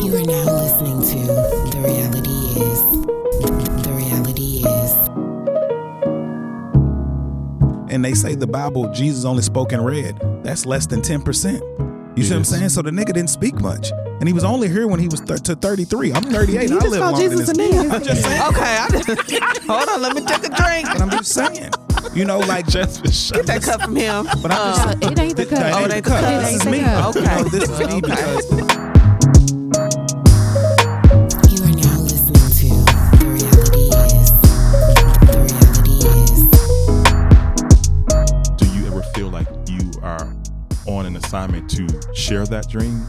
You are now listening to The Reality Is. The Reality Is. and they say the Bible, Jesus only spoke in red. That's less than 10%. You see what I'm saying? So the nigga didn't speak much. And he was only here when he was thir- to 33. I'm 38. I live longer than this. I'm just saying. Okay, I just, hold on. Let me take a drink. But I'm just saying. You know, like just Get that cup from him. But I'm just Uh, It ain't the cut. Oh, it ain't the cut. This is It me. ain't the cut. You know, Okay. this is me because You are now listening to The Reality Is. The Reality Is. Do you ever feel like you are on an assignment to share that dream?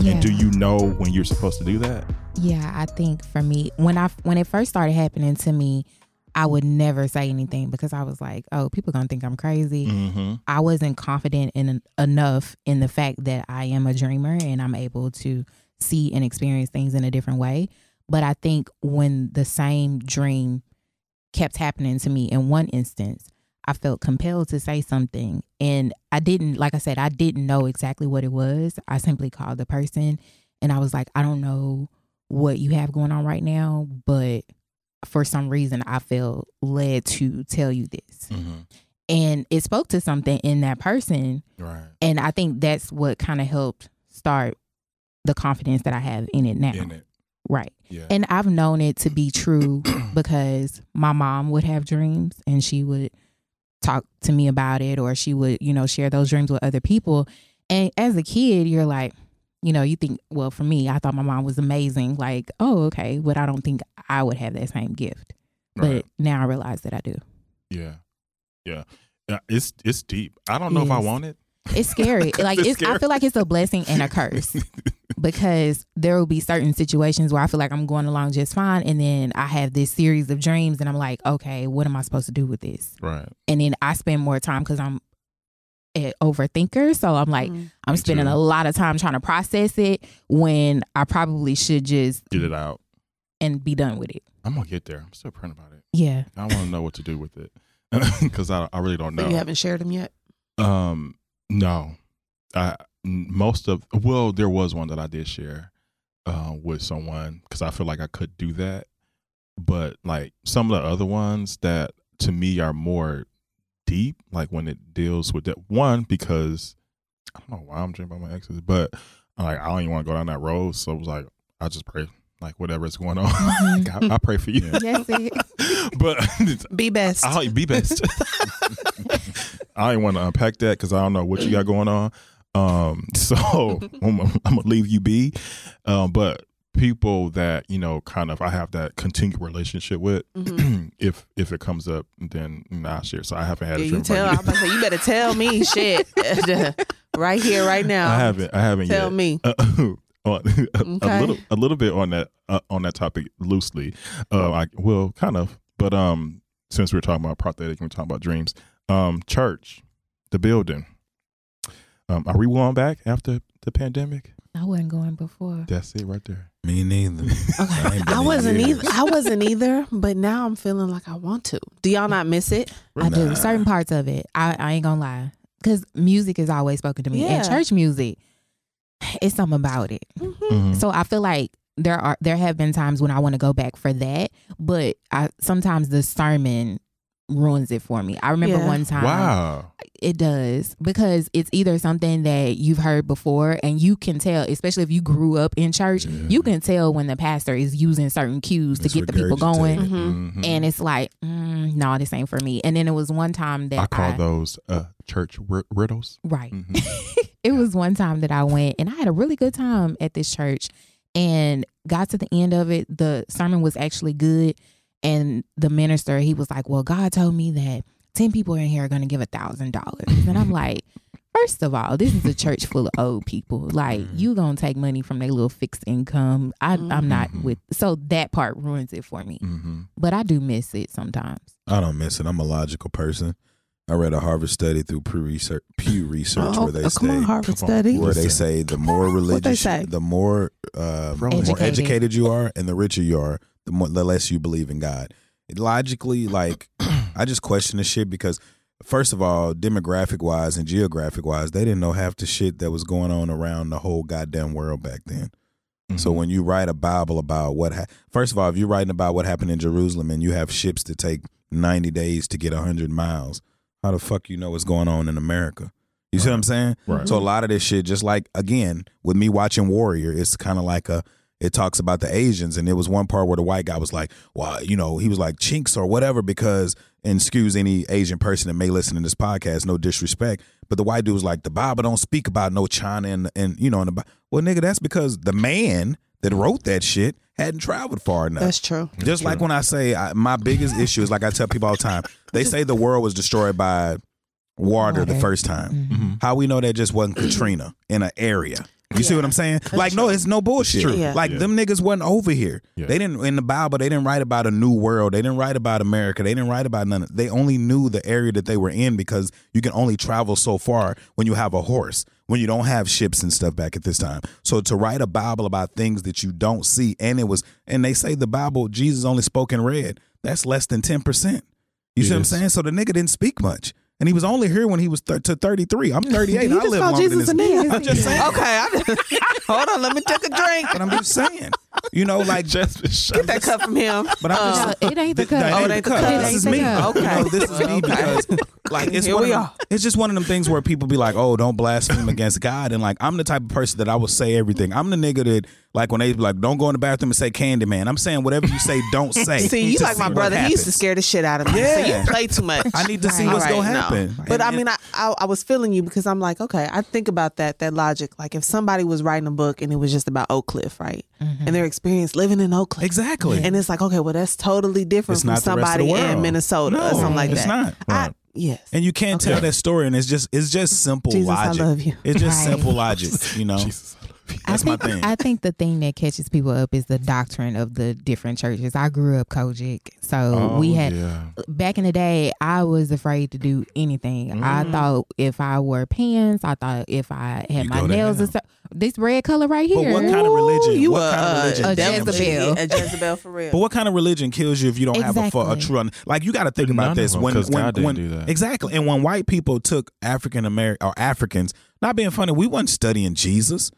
Yeah. And do you know when you're supposed to do that? Yeah, I think for me, when I when it first started happening to me, I would never say anything because I was like, "Oh, people gonna think I'm crazy." Mm-hmm. I wasn't confident in enough in the fact that I am a dreamer and I'm able to see and experience things in a different way. But I think when the same dream kept happening to me in one instance, I felt compelled to say something. And I didn't, like I said, I didn't know exactly what it was. I simply called the person and I was like, I don't know what you have going on right now, but for some reason, I feel led to tell you this Mm-hmm. and it spoke to something in that person Right. and i think that's what kind of helped start the confidence that i have in it now In it. right Yeah. and i've known it to be true because my mom would have dreams and she would talk to me about it or she would you know share those dreams with other people and as a kid you're like you know you think well for me i thought my mom was amazing like oh okay but i don't think i would have that same gift Right. but now i realize that i do yeah. Yeah. Yeah. It's it's deep. I don't know if I Yes. want it. It's scary. like It's it's, I scary. feel like it's a blessing and a curse because there will be certain situations where I feel like I'm going along just fine, and then I have this series of dreams, and I'm like, okay, what am I supposed to do with this? Right. And then I spend more time because I'm an overthinker, so I'm like, I'm Me spending too. a lot of time trying to process it when I probably should just Get it out. and be done with it. I'm gonna get there. I'm still praying about it. Yeah, I want to know what to do with it because I I really don't know. But you haven't shared him yet. Um, no, I n- most of well, there was one that I did share uh, with someone because I feel like I could do that, but like some of the other ones that to me are more deep, like when it deals with that one because I don't know why I'm dreaming about my exes, but like I don't even want to go down that road, so it was like I just pray. Like whatever is going on, Like, I, I pray for you. that's it. but Be best. I'll be best. I ain't want to unpack that because I don't know what you got going on. Um, so I'm, I'm gonna leave you be. Um, but people that you know, kind of, I have that continued relationship with. if if it comes up, then I share. So I haven't had Mm-hmm. a Yeah, you dream tell. I'm about about to say you better tell me shit right here, right now. I haven't. I haven't Tell yet. me. Uh-uh. Uh, on, a, Okay. little, a little bit on that uh, on that topic loosely. Uh, I well, kind of, but um, since we're talking about prosthetic and we're talking about dreams, um, church, the building. Um, are we going back after the pandemic? I wasn't going before. That's it right there. me neither. I, ain't been I in wasn't years. either. I wasn't either. But now I'm feeling like I want to. Do y'all not miss it? I Nah. do certain parts of it. I, I ain't gonna lie, because music has always spoken to me, Yeah. Mm. and church music, it's something about it. Mm-hmm. Mhm. So I feel like there are there have been times when I want to go back for that, but I sometimes the sermon ruins it for me. I remember Yeah. one time, Wow. it does because it's either something that you've heard before, and you can tell, especially if you grew up in church, Yeah. you can tell when the pastor is using certain cues It's to get the people going. regurgitated. Mhm. And it's like, mm, no, this ain't for me. And then it was one time that I call those uh, church ri- riddles. Right. Mhm. It was one time that I went and I had a really good time at this church and got to the end of it. The sermon was actually good. And the minister, he was like, Well, God told me that 10 people in here are going to give a $1,000. And I'm like, First of all, this is a church full of old people. Like you gonna take money from their little fixed income. I, I'm not Mhm. with. So that part ruins it for me. Mm. Mm-hmm. hmm But I do miss it sometimes. I don't miss it. I'm a logical person. I read a Harvard study through Pew Research, Pew Research Oh, where they oh, come on, say Harvard Come on. study. where they Listen. say the more What'd they religious, say? the more uh, Bro, the more Educated. educated you are, and the richer you are, the more the less you believe in God. It logically, like I just question this shit because first of all, demographic wise and geographic wise, they didn't know half the shit that was going on around the whole goddamn world back then. Mm-hmm. So when you write a Bible about what, ha- first of all, if you're writing about what happened in Jerusalem and you have ships that take 90 days to get 100 miles, how the fuck you know what's going on in America? You see what I'm saying? Right. So a lot of this shit, just like again with me watching Warrior, it's kind of like a. It talks about the Asians, and there was one part where the white guy was like, "Well, you know, he was like chinks or whatever," because and excuse any Asian person that may listen to this podcast, no disrespect, but the white dude was like, "The Bible don't speak about no China and and you know and the Bi-" well, nigga, that's because the man that wrote that shit hadn't traveled far enough. That's true. Just like when I say I, my biggest issue is like I tell people all the time, they say the world was destroyed by water, the Water. first time. Mhm. How we know that just wasn't Katrina in an area. You see what I'm saying? like, no, it's no bullshit. true. Yeah. Like Yeah. them niggas wasn't over here. Yeah. They didn't in the Bible. They didn't write about a new world. They didn't write about America. They didn't write about none. Of, they only knew the area that they were in because you can only travel so far when you have a horse. When you don't have ships and stuff back at this time. So to write a Bible about things that you don't see, and it was, and they say the Bible Jesus only spoke and read. That's less than ten percent. You see what I'm Yes. saying? So the nigga didn't speak much. And he was only here when he was th- to 33. I'm 38. You I just live called longer than Jesus this. a nigga. I'm just saying. Okay, I, hold on. Let me take a drink. But I'm just saying. You know, like, Just Get that cut from him. but I'm just No, it ain't the Th- cut. that Oh, ain't they the Uh, the cut. cut. This They is the me. cut. Okay. You know, this is me Okay. because like it's Here one we of them- are. it's just one of them things where people be like, oh, don't blaspheme against God, and like I'm the type of person that I will say everything. I'm the nigga that like when they be like don't go in the bathroom and say Candyman. I'm saying whatever you say, don't say. See, you to like see my what brother. He used to happens. scare the shit out of me. Yeah. So Yeah. you play too much. I need to see Right. what's All gonna right, no. happen. But I And- mean, I, I I was feeling you because I'm like, okay, I think about that that logic. Like if somebody was writing a book and it was just about Oak Cliff, right, Mm-hmm. and their experience living in Oak Cliff, exactly. and it's like, okay, well that's totally different It's from not the rest of the somebody world. in Minnesota No, or something like Oh, it's that. not. I- Right. yes. And you can't tell that story, and it's just it's just simple Jesus, I logic. love you. It's just Right. simple logic, you know. Jesus, I love you. That's I think, my thing. I think the thing that catches people up is the doctrine of the different churches. I grew up Kojic, so Oh, we had yeah. back in the day, I was afraid to do anything. Mm. I thought if I wore pants, I thought if I had You my go to nails hell. and stuff. This red color right But here. what kind of religion? you what a, kind of uh, religion? a damn Jezebel. shit? a Jezebel for real. But what kind of religion kills you if you don't have a, fu- a Exactly. true? un- Like you got to think about None of this them, when 'cause when, God didn't when do that. exactly. And when white people took African American or Africans, not being funny, we weren't studying Jesus.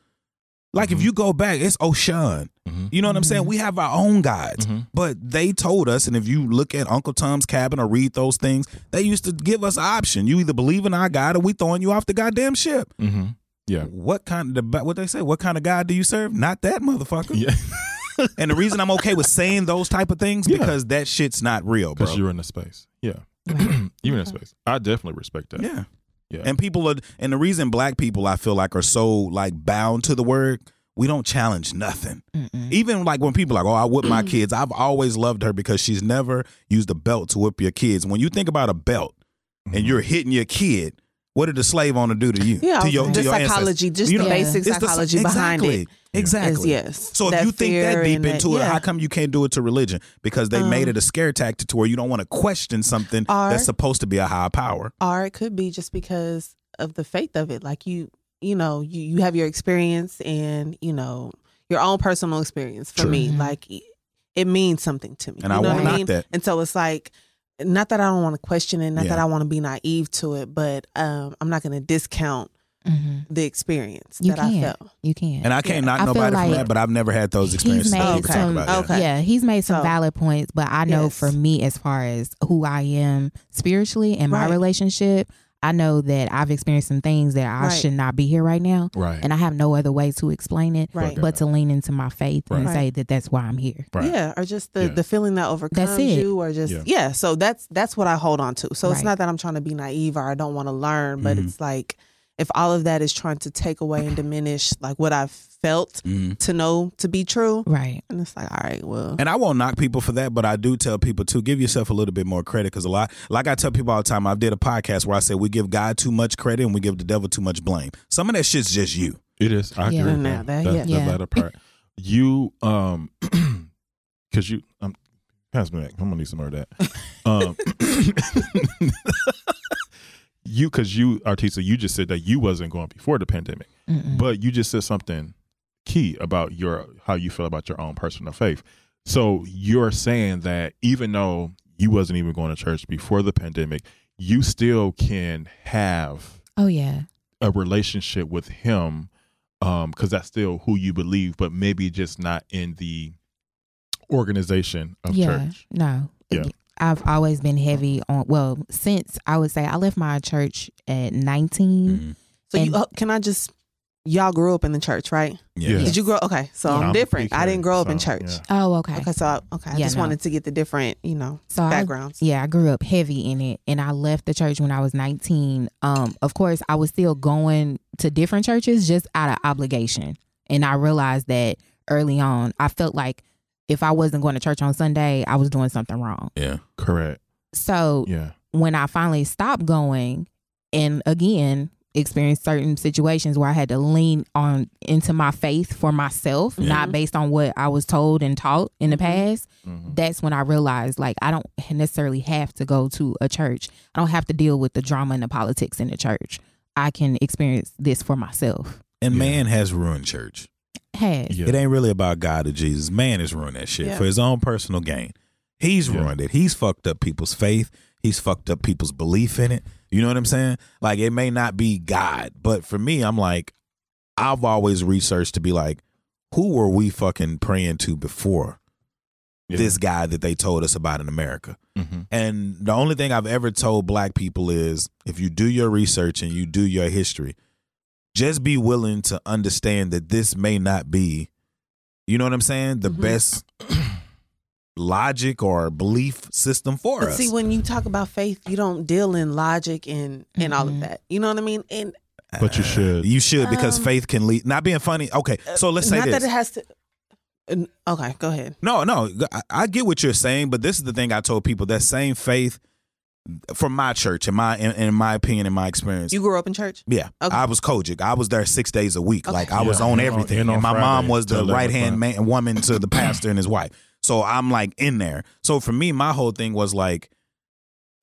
Like Mm-hmm. if you go back, it's O'Shawn. You know what I'm saying? We have our own gods, Mm-hmm. but they told us. And if you look at Uncle Tom's Cabin or read those things, they used to give us an option. You either believe in our God or we throwing you off the goddamn ship. hmm Yeah. What kind of what they say? What kind of God do you serve? Not that motherfucker. Yeah. And the reason I'm okay with saying those type of things Yeah. because that shit's not real, bro. Because you're in the space. Yeah. you're in the space. I definitely respect that. yeah. Yeah. And people are and the reason black people I feel like are so like bound to the word, we don't challenge nothing. Even like when people are like, "Oh, I whip my kids." I've always loved her because she's never used a belt to whip your kids. When you think about a belt and you're hitting your kid, what did the slave owner do to you? yeah, to your, the to your ancestors? psychology, just You the know, it's basic the- psychology behind exactly, it. Exactly. Is yes. So if That you think that fear deep and that- into it, yeah. Um. how come you can't do it to religion? Because they made it a scare tactic to where you don't want to question something Art. that's supposed to be a higher power. or it could be just because of the faith of it like you you know you, you have your experience and you know your own personal experience for True. me Mm-hmm. like it- it means something to me And you I know won't what knock I mean? that. and so it's like not that i don't want to question it not Yeah. that i want to be naive to it but um i'm not going to discount Mhm. the experience You that i can't. felt You can't. And I can't knock I feel nobody like from that, but I've never had those experiences. He's that made people talk some, about, yeah. Okay. yeah, he's made some So- valid points, but I know Yes. for me, as far as who I am spiritually and my Right. relationship, I know that I've experienced some things that I Right. should not be here right now, Right. and I have no other way to explain it right but to lean into my faith and Right. say that that's why I'm here. right. Yeah, or just the, Yeah. the feeling that overcomes it. you, or just Yeah. yeah. So that's that's what I hold on to. So it's Right. Mm-hmm. not that I'm trying to be naive or I don't want to learn, but Mhm. it's like if all of that is trying to take away and diminish like what I've felt Mhm. to know to be true, Right. and it's like, all right, well, And I won't knock people for that, but I do tell people to give yourself a little bit more credit because a lot, like I tell people all the time, I did a podcast where I said we give God too much credit and we give the devil too much blame. Some of that shit's just you. It is. I Yeah. agree. with Now that, that- that, yeah. that Yeah. latter part. You um, because you um, pass me that. I'm gonna need some more of that. Um, you because you Artisa, you just said that you wasn't going before the pandemic, Mm-mm. but you just said something key about your how you feel about your own personal faith. So you're saying that even though you wasn't even going to church before the pandemic, you still can have oh yeah. a relationship with him um because that's still who you believe but maybe just not in the organization of yeah. church No. Yeah. I've always been heavy on well, since I would say I left my church at 19 so you and- oh, can I just y'all grew up in the church, right? Yeah. Did you grow? Okay, so Yeah. I'm I'm different. I pre-K, didn't grow up in so, church. yeah. Oh, okay. Okay, so I, okay, I Yeah, just no. wanted to get the different, you know, So I backgrounds. Yeah, I grew up heavy in it, and I left the church when I was 19. Um, of course, I was still going to different churches just out of obligation, and I realized that early on. I felt like if I wasn't going to church on Sunday, I was doing something wrong. Yeah. correct So yeah when I finally stopped going, and again experienced certain situations where I had to lean on into my faith for myself, Yeah. not based on what I was told and taught in the Mhm. past Mhm. that's when I realized like I don't necessarily have to go to a church. I don't have to deal with the drama and the politics in the church. I can experience this for myself. And Yeah. man has ruined church. Has yeah It ain't really about God or Jesus. Man has ruined that shit Yeah. for his own personal gain. He's Yeah. ruined it. He's fucked up people's faith. He's fucked up people's belief in it. You know what I'm saying? Like it may not be God, but for me, I'm like, I've always researched to be like, who were we fucking praying to before Yeah. this guy that they told us about in America? Mhm. And the only thing I've ever told black people is if you do your research and you do your history, just be willing to understand that this may not be, you know what I'm saying, the Mhm. best logic or belief system for But us. see, when you talk about faith, you don't deal in logic and and all of Mhm. that. You know what I mean? And but you should you should because Um, uh, faith can lead. Not being funny. Okay, so let's say not this. that it has to. n- Okay, go ahead. No, no, I, I get what you're saying, but this is the thing I told people: that same faith from my church, in my in, in my opinion, in my experience. You grew up in church. yeah, Okay. I was Kojic. I was there six days a week. Okay. Like I was Yeah, on and on- everything. and on and my mom Friday was till the 11 right hand o'clock. man woman to the pastor and his wife. So I'm like in there. So for me, my whole thing was like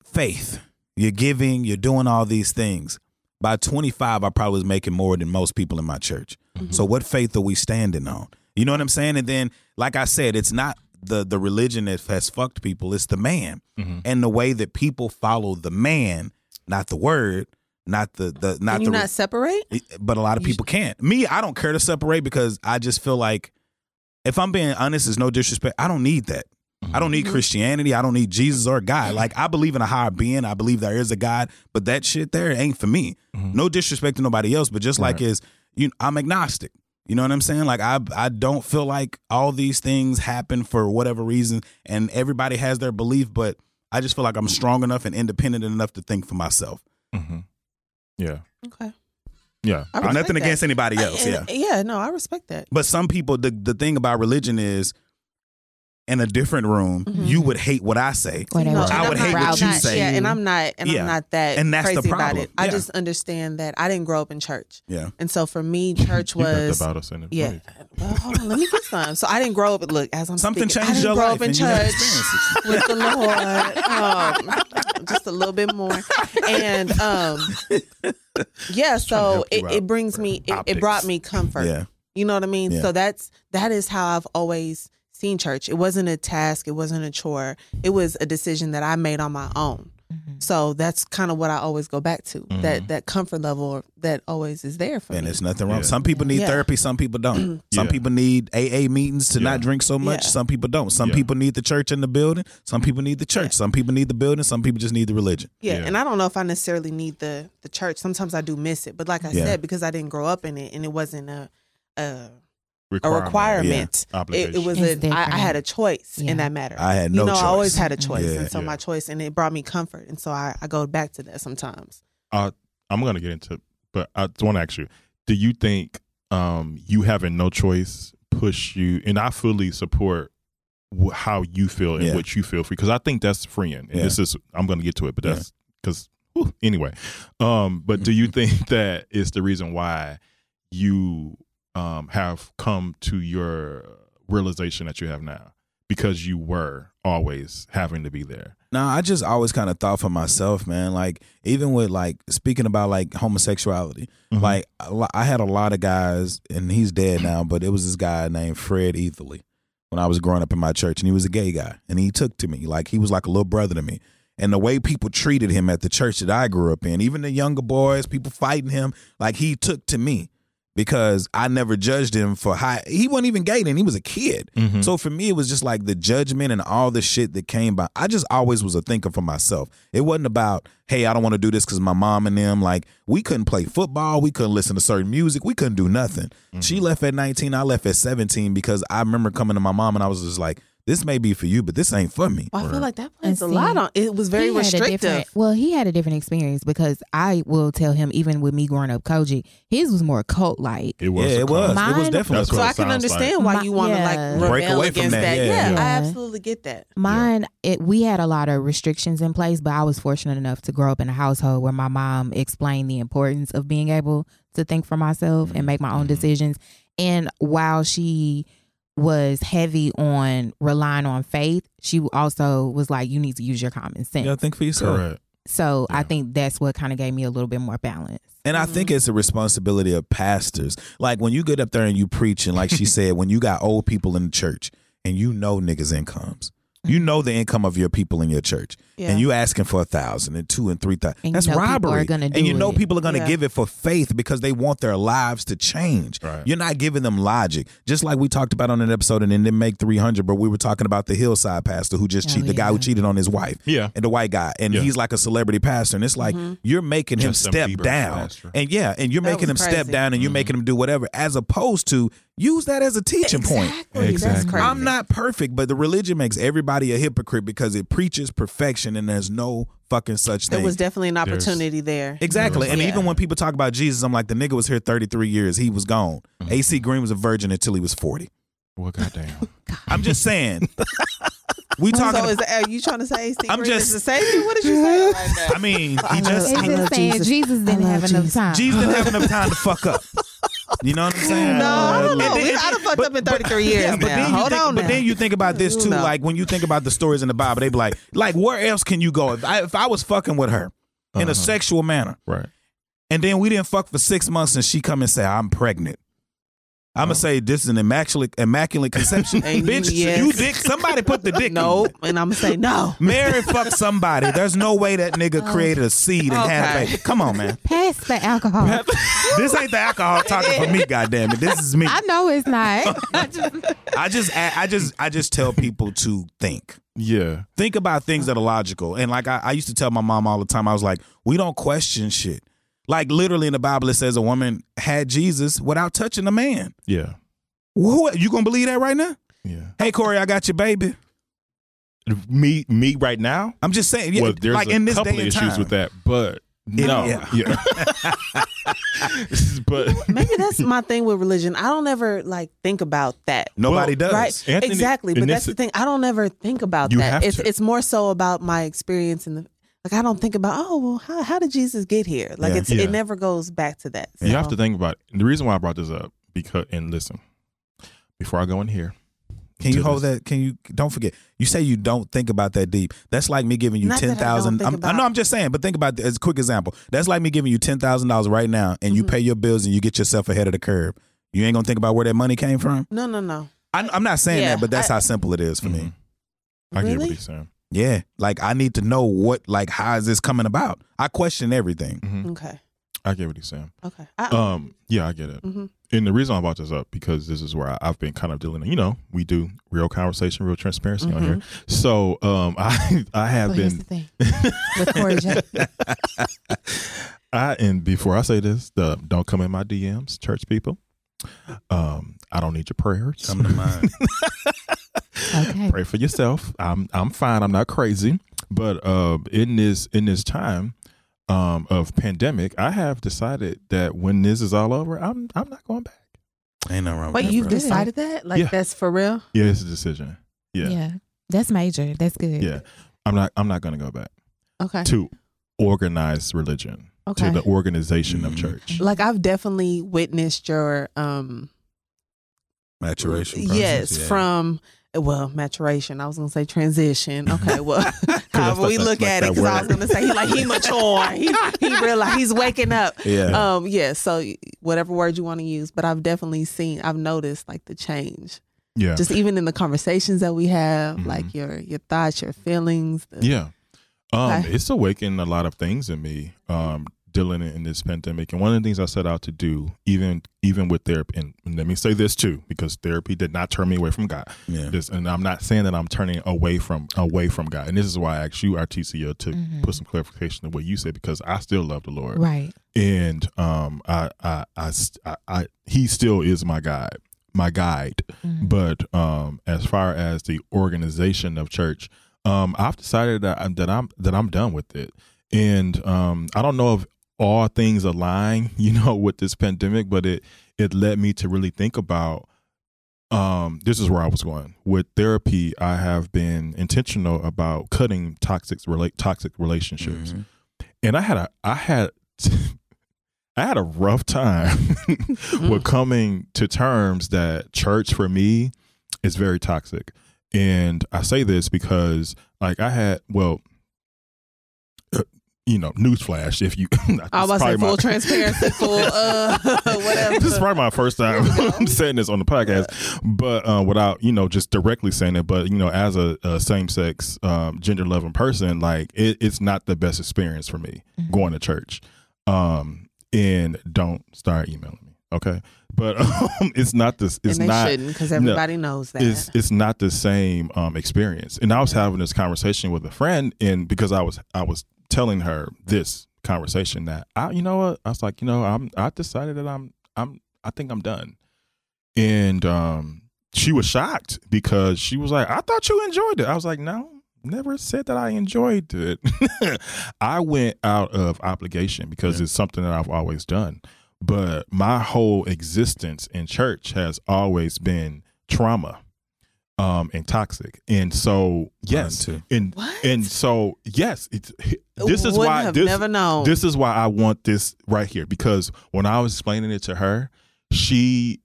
faith. You're giving. You're doing all these things. By 25, I probably was making more than most people in my church. Mm-hmm. So what faith are we standing on? You know what I'm saying? And then, like I said, it's not the the religion that has fucked people. It's the man Mhm. and the way that people follow the man, not the word, not the the not the. Can you not separate? but a lot of You- people can't. Me, I don't care to separate because I just feel like, if I'm being honest, there's no disrespect. I don't need that. I don't Mm-hmm. need Christianity. I don't need Jesus or God. Like I believe in a higher being. I believe there is a God, but that shit there ain't for me. No disrespect to nobody else, but just like Mm-hmm. Right. is you, I'm agnostic. You know what I'm saying? Like I, I don't feel like all these things happen for whatever reason, and everybody has their belief, but I just feel like I'm strong enough and independent enough to think for myself. Mhm. yeah Okay. yeah I But respect nothing that. against anybody else. yeah. And- Yeah. No, I respect that. But some people, the, the thing about religion is, in a different room, Mhm. you would hate what I say. Or they No, would and I would I'm hate not- what I'm you not- say. Yeah, and I'm not, and Yeah. I'm not that And that's the crazy about problem. it. I Yeah. just understand that I didn't grow up in church, Yeah. and so for me, church You got the was. about us in it Yeah. Uh, right. Well, hold on. Let me get some. So I didn't grow up. Look, as I'm Something speaking, I changed your didn't grow life. up in and you had church experiences. with the Lord. Um, just a little bit more, and um, yeah. So help you it, out it brings me. It, it optics. brought me comfort. Yeah. You know what I mean? Yeah. So that's that is how I've always seen church. It wasn't a task, it wasn't a chore. It was a decision that I made on my own. So that's kind of what I always go back to. Mm-hmm. That that comfort level that always is there for And me. there's nothing wrong. Yeah. Some people need Yeah. Mm-hmm. therapy, some people don't. Some Yeah. people need AA meetings to Yeah. not drink so much, Yeah. some people don't. Some Yeah. people need the church in the building, some people need the church, some people need the building, some people just need the religion. yeah. Yeah. And I don't know if I necessarily need the the church. Sometimes I do miss it. But like I Yeah. said, because I didn't grow up in it and it wasn't a a, a requirement, requirement. It, Obligation. it was It's a I, I different. had a choice Yeah. Mm-hmm. in that matter. I had you no know, I always choice. had a choice. Yeah. And so Yeah. my choice and it brought me comfort. And so I, I go back to that sometimes. I'm gonna get into But I just want to ask you: Do you think um, you having no choice push you? And I fully support wh- how you feel and Yeah. what you feel free because I think that's freeing. And Yeah. this is I'm going to get to it, but Yeah. that's because anyway. Um, but do you think that is the reason why you um, have come to your realization that you have now? Because you were always having to be there. No, I just always kind of thought for myself, man. Like even with like speaking about like homosexuality, Mhm. like a lo- I had a lot of guys, and he's dead now, but it was this guy named Fred Etherly when I was growing up in my church, and he was a gay guy, and he took to me like he was like a little brother to me. And the way people treated him at the church that I grew up in, even the younger boys, people fighting him, like he took to me because I never judged him for how he wasn't even gay then he was a kid. So for me, it was just like the judgment and all the shit that came by. I just always was a thinker for myself. It wasn't about, hey, I don't want to do this because my mom and them, like, we couldn't play football. We couldn't listen to certain music. We couldn't do nothing. She left at 19. I left at 17 because I remember coming to my mom and I was just like, this may be for you, but this ain't for me. Well, I feel like that And plays a lot see, on. It was He very had a different- restrictive. Well, he had a different experience because I will tell him, even with me growing up coaching, his was more cult like. It yeah, was. a it was. con- it was Mine- definitely. That's So what I it can sounds understand like. why you want to My- like yeah. rebel Break away from against that, that. yeah. Yeah, Yeah. I absolutely get that. Mine, it, we had a lot of restrictions in place, but I was fortunate enough to grow up in a household where my mom explained the importance of being able to think for myself and make my own decisions. And while she was heavy on relying on faith, she also was like, "You need to use your common sense." Yeah, think for yourself. Correct. So I think that's what kind of gave me a little bit more balance. And I Mm-hmm. think it's a responsibility of pastors. Like when you get up there and you preach, and like she said, when you got old people in the church and you know niggas' incomes, you Mm-hmm. know the income of your people in your church, Yeah. and you asking for a thousand and two and three thousand. And you That's know people are robbery. gonna and do you know it. people are going to Yeah. give it for faith because they want their lives to change. Right. You're not giving them logic. Just like we talked about on an episode and then didn't make 300, but we were talking about the hillside pastor who just Oh, cheated, the guy who yeah. cheated on his wife. Yeah. And the white guy. And Yeah. he's like a celebrity pastor. And it's like, Mm-hmm. you're making him Justin step Bieber down. pastor. And yeah, and you're That making him was step crazy. down and you're Mm-hmm. making him do whatever, as opposed to use that as a teaching point. Exactly. That's Exactly. crazy. I'm not perfect, but the religion makes everybody a hypocrite because it preaches perfection and there's no fucking such There thing. was definitely an There's- opportunity there. Exactly. And Yeah. even when people talk about Jesus, I'm like, the nigga was here 33 years. He was gone. AC Green was a virgin until he was 40. Mm-hmm. Well, goddamn. I'm just saying. we talking. So is that, are you trying to say AC I'm Green just- is the savior? What did you say? Like that? I mean, he It's just just he, love saying Jesus. Jesus, didn't I love have enough Jesus. time. Jesus didn't have enough time to fuck up. You know what I'm saying? No, I don't know. And then- We- I done fucked up in 33 years Yeah, but now. then you Hold think, on but now. then you think about this too. No. Like when you think about the stories in the Bible, they be like, like where else can you go? If I, if I was fucking with her in a sexual manner, right. and then we didn't fuck for six months, and she come and say I'm pregnant. I'm gonna say this is an immaculate immaculate conception, And bitch. you- yes. You dick. Somebody put the dick. no, In. it. and I'm gonna say no. Mary fucked somebody. There's no way that nigga created a seed and had a Okay. baby. Come on, man. Pass the alcohol. this ain't the alcohol talking for me. Goddamn it, this is me. I know it's not. I just- I just, I just, I just tell people to think. Yeah. think about things that are logical. And like I, I used to tell my mom all the time, I was like, we don't question shit. Like literally in the Bible, it says a woman had Jesus without touching a man. Yeah. Who you gonna believe that right now? Yeah. Hey Corey, I got your baby. Me, me right now. I'm just saying. Yeah, well, there's like a in this couple day and issues time. with that, but no. yeah. yeah. but Maybe that's my thing with religion. I don't ever like think about that. Nobody Well, does. Right. Anthony- exactly. But and that's this- the thing. I don't ever think about You have that. It's to. it's more so about my experience and the like I don't think about, oh well, how how did Jesus get here? Like Yeah. it's Yeah. it never goes back to that. you have So- to think about it. the reason why I brought this up because and listen before I go in here. Can you to hold this. that? Can you don't forget? You say you don't think about that deep. That's like me giving you Not that I ten don't thousand. think I'm- I know about- I'm just saying, but think about this, as a quick example. That's like me giving you ten thousand dollars right now, and Mm-hmm. you pay your bills and you get yourself ahead of the curve. You ain't gonna think about where that money came from. No, no, no. I, I'm not saying Yeah, that, but that's I- how simple it is for me. Mhm. I get what Really? he's saying. Yeah, like I need to know what, like, how is this coming about? I question everything. Okay. I get what he's saying. Okay. I, Um, yeah, I get it. Mm-hmm. Mhm. And the reason I brought this up because this is where I, I've been kind of dealing. You know, we do real conversation, real transparency on here. Mm-hmm. So um, I I have But here's been the thing. With Corey J. I and before I say this, the, don't come in my DMs, church people. Um, I don't need your prayers. Come to mind. Okay. Pray for um, yourself. I'm I'm fine. I'm not crazy. But uh, in this in this time, um, of pandemic, I have decided that when this is all over, I'm I'm not going back. Ain't nothing wrong with Wait, that, you've bro. did- decided that? Like Yeah. that's for real? Yeah, it's a decision. Yeah. Yeah. yeah, That's major. That's good. I'm not I'm not going to go back Okay. to organized religion Okay. to the organization of Mhm. church. like I've definitely witnessed your um Maturation. process, yes yeah. from well maturation. I was gonna say transition. Okay, well however like- we that's look like at that it because I was word. gonna say he like he maturing. he he realized he's waking up. Yeah. Um yeah, so whatever word you want to use, but I've definitely seen I've noticed like the change. Yeah, Just even in the conversations that we have, Mhm. like your your thoughts, your feelings. the- yeah. Um, Okay. it's awakened a lot of things in me. Um, dealing in this pandemic, and one of the things I set out to do, even even with therapy, and let me say this too, because therapy did not turn me away from God. yeah. This, and I'm not saying that I'm turning away from away from God. And this is why I asked you, RTCO, to Mm-hmm. Mhm. put some clarification to what you said because I still love the Lord, Right. and um, I, I, I, st- I, I, He still is my guide, my guide. Mhm. But um, as far as the organization of church, um, I've decided that I'm, that I'm that I'm done with it, and um, I don't know if all things align, you know, with this pandemic, but it it led me to really think about um, this is where I was going with therapy. I have been intentional about cutting toxic relate toxic relationships, Mm-hmm. Mhm. and I had a I had I had a rough time Mm-hmm. with coming to terms that church for me is very toxic, and I say this because like I had well. uh, You know, newsflash! If you, I was about to say probably my- full transparency, full uh whatever. this is probably my first time I'm saying this on the podcast, but uh, without you know just directly saying it. But you know, as a, a same-sex, um, gender-loving person, like it, it's not the best experience for me Mm-hmm. going to church. Um, and don't start emailing me, okay? But um, it's not this. It's and they not shouldn't because no. everybody knows that. it's it's not the same um, experience. And I was having this conversation with a friend, and because I was I was telling her this conversation that I, you know what, I was like, you know, I'm I decided that I'm I'm I think I'm done, and um, she was shocked because she was like, I thought you enjoyed it. I was like, no. Never said that I enjoyed it. I went out of obligation because it's something that I've always done. But my whole existence in church has always been trauma um and toxic and so yes too. and What? and so yes it's this is Wouldn't why have this, never known. this is why i want this right here because when i was explaining it to her she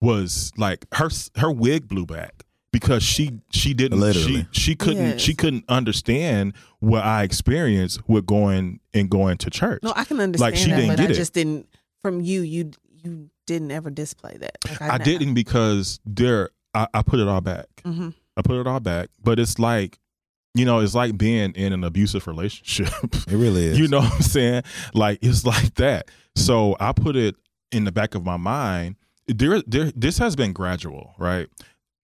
was like her her wig blew back because she she didn't Literally. she she couldn't Yes. she couldn't understand what i experienced with going and going to church no, I can understand Like, she that, didn't but get I it. just didn't. From you, you you didn't ever display that. Like, I know. didn't because there I, I put it all back. Mhm. I put it all back. But it's like, you know, it's like being in an abusive relationship. It really is. you know what I'm saying? Like it's like that. So I put it in the back of my mind. There, there. This has been gradual, right?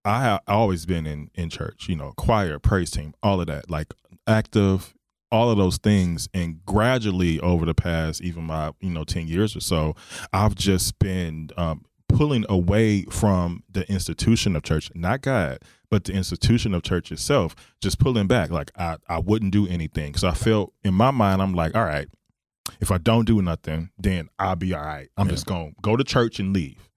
I have always been in in church. You know, choir, praise team, all of that, like active, all of those things. And gradually over the past, even my you know ten years or so, I've just been um, pulling away from the institution of church, not God, but the institution of church itself, just pulling back. Like I, I wouldn't do anything because I felt in my mind, I'm like, all right, if I don't do nothing, then I'll be all right. I'm just gonna go to church and leave.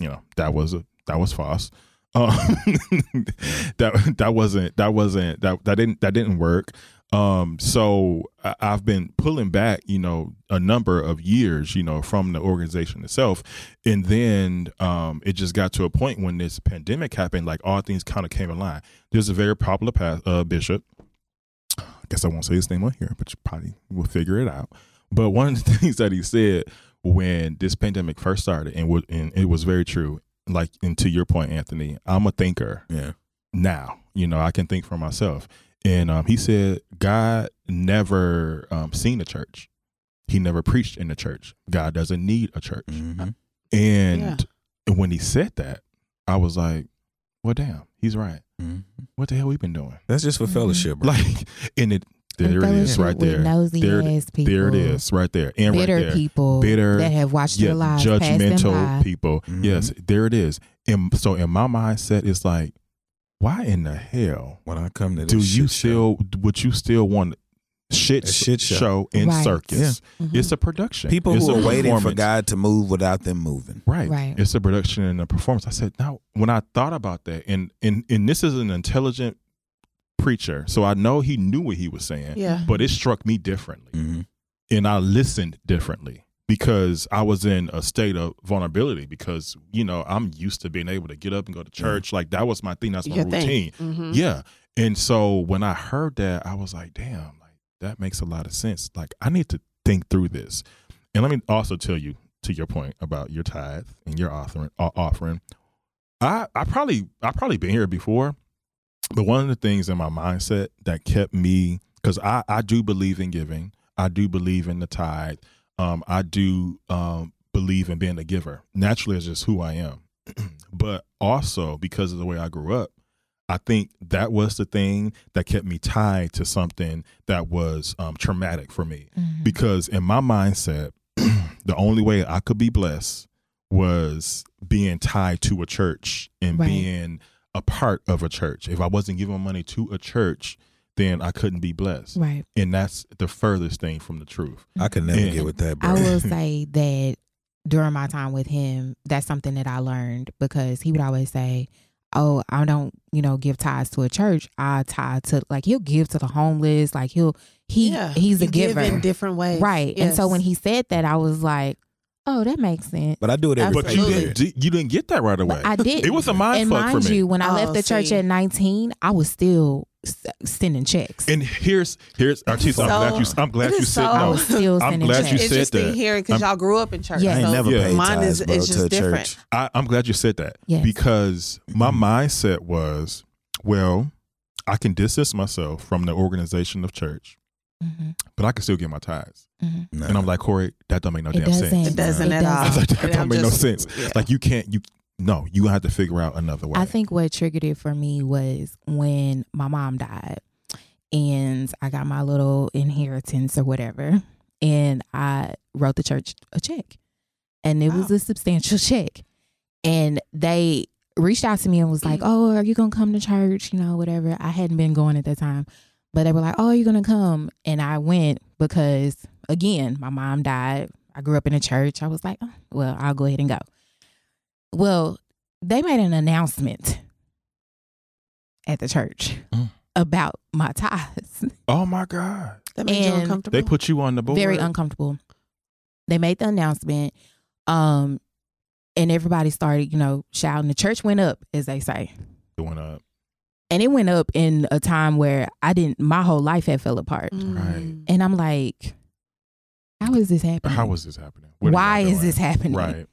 You know, that was a that was false. Um, that that wasn't that wasn't that that didn't that didn't work. Um, so I, I've been pulling back, you know, a number of years, you know, from the organization itself, and then um, it just got to a point when this pandemic happened, like all things kind of came in line. There's a very popular pa- uh, bishop. I guess I won't say his name on here, but you probably will figure it out. But one of the things that he said when this pandemic first started, and, wa- and it was very true, like, and to your point, Anthony, I'm a thinker Yeah. now. You know, I can think for myself. And um, he said, God never um, seen a church. He never preached in a church. God doesn't need a church. Mhm. And when he said that, I was like, well, damn, he's right. Mhm. What the hell we been doing? That's just for fellowship, bro. Mm-hmm. Like, and it, there it is Fellowship right with there. Nosy There it- ass people. There it is right there. And Bitter right there. people. Bitter, that have watched yeah, their lives pass them by. judgmental people. Mhm. Yes, there it is. And so in my mindset, it's like, why in the hell when I come to this do you shit show, still would you still want shit, A shit show. show. in Right. Mm-hmm. circus. It's a production. People it's who a are waiting for performance. God to move without them moving. Right. Right. It's a production and a performance. I said, now when I thought about that, and and and this is an intelligent preacher, so I know he knew what he was saying. Yeah. But it struck me differently. Mhm. And I listened differently because I was in a state of vulnerability because, you know, I'm used to being able to get up and go to church. Like that was my thing. That's my Your thing. routine. Yeah. And so when I heard that, I was like, damn, like that makes a lot of sense. Like I need to think through this. And let me also tell you to your point about your tithe and your offering. Uh, offering. I I probably I probably been here before, but one of the things in my mindset that kept me because I I do believe in giving. I do believe in the tithe. Um, I do um, believe in being a giver. Naturally, it's just who I am. but also because of the way I grew up, I think that was the thing that kept me tied to something that was um, traumatic for me. Mm-hmm. Because in my mindset, the only way I could be blessed was being tied to a church and Right. being a part of a church. If I wasn't giving money to a church, then I couldn't be blessed. Right. And that's the furthest thing from the truth. I could never Yeah. get with that, bro. I will say that during my time with him, that's something that I learned because he would always say, Oh, I don't, you know, give ties to a church. I tie to like he'll give to the homeless. Like he'll he Yeah. he's a You give giver. in different ways. right. And so Yes. when he said that, I was like, Oh, that makes sense. but I do it every But you Absolutely. didn't you didn't get that right away. But I did It was a mind and fuck for mind me. you, when I Oh, left the church see. at nineteen, I was still s- sending checks. And here's here's Artisa. So- I'm glad you. I'm glad it you is said so- I no. was still I'm sending glad you checks. said Interesting that. here because I'm- y'all grew up in church. Yeah. I ain't so never Yeah. paid mine tithes, is, bro, is to a just different. church. I, I'm glad you said that Yes. because my Mm-hmm. mindset was, well, I can distance myself from the organization of church, Mhm, but I can still get my tithes. mhm. Nah. And I'm like, Corey, that don't make no It damn sense. doesn't. It doesn't at all. I was like, that And don't I'm make just- no sense. yeah. Like you can't. You no. You have to figure out another way. I think what triggered it for me was when my mom died and I got my little inheritance or whatever. And I wrote the church a check. And it was Wow. a substantial check. And they reached out to me and was like, Oh, are you going to come to church? You know, whatever. I hadn't been going at that time. But they were like, Oh, are you going to come? And I went because, again, my mom died. I grew up in a church. I was like, oh, Well, I'll go ahead and go. Well, they made an announcement at the church Mm. about my ties. oh my god, That made you And uncomfortable. they put you on the board. Very uncomfortable. They made the announcement, um, and everybody started, you know, shouting. The church went up, as they say, Going up. and it went up in a time where I didn't. My whole life had fell apart, Right. and I'm like, how is this happening? How is this happening? What are Why y'all is doing? this happening? Right.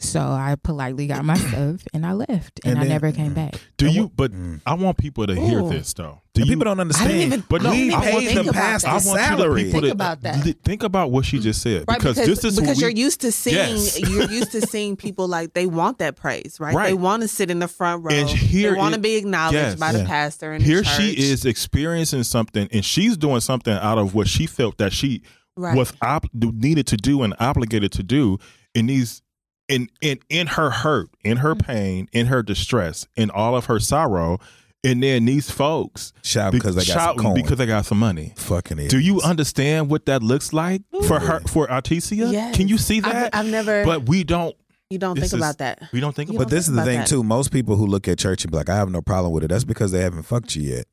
So I politely got my stuff and I left, and, And I then- never came back. Do And you? what- But Mm. I want people to hear Ooh. this though. Do And you, people don't understand. even- But no, I didn't I even want think them about past that. the I want you to salary. people to Think about that. li- think about what she just said Right, because, this is because what you're we, used to seeing Yes. you're used to seeing people like they want that praise, right? Right. They want to sit in the front row. And here they want to it- be acknowledged yes. by Yeah. the pastor. And here the she church. is experiencing something and she's doing something out of what she felt that she Right. was op- needed to do and obligated to do in these in in in her hurt, in Mm-hmm. her pain, in her distress, in all of her sorrow, and then these folks Shout because Uh, they got some shouting coin. because they got some money. Fucking it. Do you understand what that looks like for her for Artesia? Yes. Can you see I've- that? I've never- But we don't. You don't this think is- about that. We don't think You about. But don't this is think the about thing that. too. Most people who look at church and be like, "I have no problem with it," that's because they haven't fucked you yet.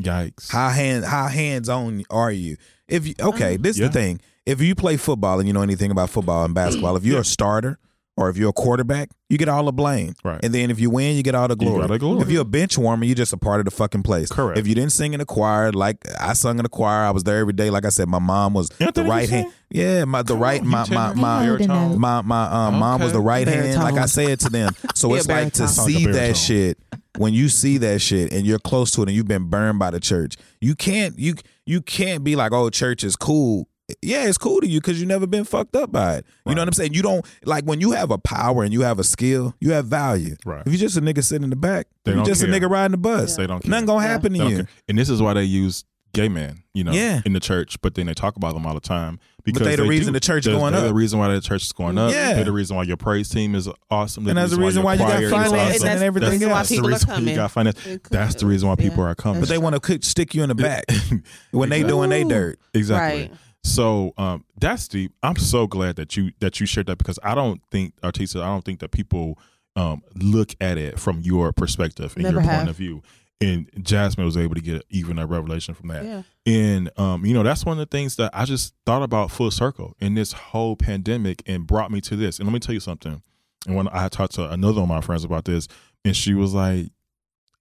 Yikes! How hand how hands on are you? If you, Uh-huh. okay, this is Yeah. the thing. If you play football and you know anything about football and basketball, if you're a starter or if you're a quarterback, you get all the blame. Right. And then if you win, you get all the You glory. got the glory. If you're a bench warmer, you're just a part of the fucking place. Correct. If you didn't sing in the choir, like I sung in the choir, I was there every day. Like I said, my mom was You don't the think you right hand. sang? Yeah, my the Come right on, my you my tell me. my You're old my my um, mom was Okay. the right hand. Like I Baritone. said to them, so Yeah, it's like to baritone. see Like a that baritone. shit when you see that shit and you're close to it and you've been burned by the church. You can't you you can't be like, oh, church is cool. Yeah, it's cool to you because you never been fucked up by it. You know what I'm saying? You don't like when you have a power and you have a skill, you have value. Right. If you're just a nigga sitting in the back, They if you're don't just a care. nigga riding the bus. They don't care. Nothing gonna happen They to don't you. care. And this is why they use gay men, you know, Yeah. in the church, but then they talk about them all the time because they the reason do. the church They're- going they're up. the reason why the church is going up. Yeah. They're the reason why your praise team is awesome. They're And that's the reason why you your got choir is financing awesome. and everything that's, else. That's the People are reason why coming. you got finance. That's the reason why people Yeah. are coming. But they want to stick you in the back when they doing they dirt. Exactly. Right. So um, that's deep. I'm so glad that you that you shared that because I don't think Artisa, I don't think that people um, look at it from your perspective and Never your have. point of view. And Jasmine was able to get even a revelation from that. Yeah. And um, you know, that's one of the things that I just thought about full circle in this whole pandemic and brought me to this. And let me tell you something. And when I talked to another one of my friends about this, and she was like,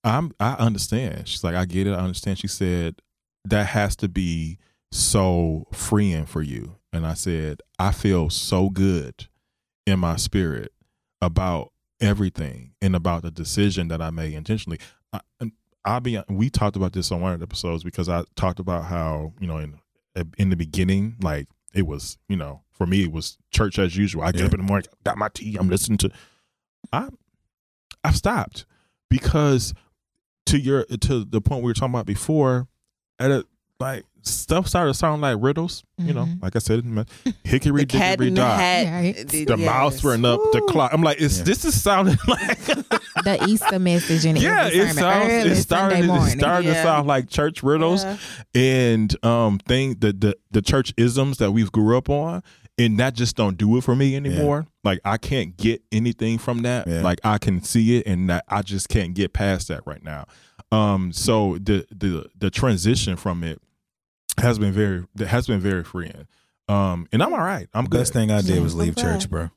I'm I understand. She's like, I get it, I understand. She said, That has to be so freeing for you. And I said, I feel so good in my spirit about everything and about the decision that I made intentionally. I, and I'll be. We talked about this on one of the episodes because I talked about how you know in in the beginning, like it was you know for me it was church as usual. I get up in the morning, got my tea, I'm listening to. I I've stopped because to your to the point we were talking about before, at a, like stuff started sounding like riddles. You know, Mhm. like I said, hickory Mm-hmm. The cat dickory in the dock hat. Right. the mouse running up the clock. I'm like, it's, this is sounding like the Easter message in yeah, every it sermon sounds early it started Sunday it morning. started to Yeah. sound like church riddles Yeah. and um thing the, the the church isms that we've grew up on and that just don't do it for me anymore. Like I can't get anything from that. Yeah. Like I can see it and that I just can't get past that right now. Um so the the the transition from it has been very that has been very freeing. Um and I'm all right. I'm good. Best thing I did was I'm leave glad. church, bro.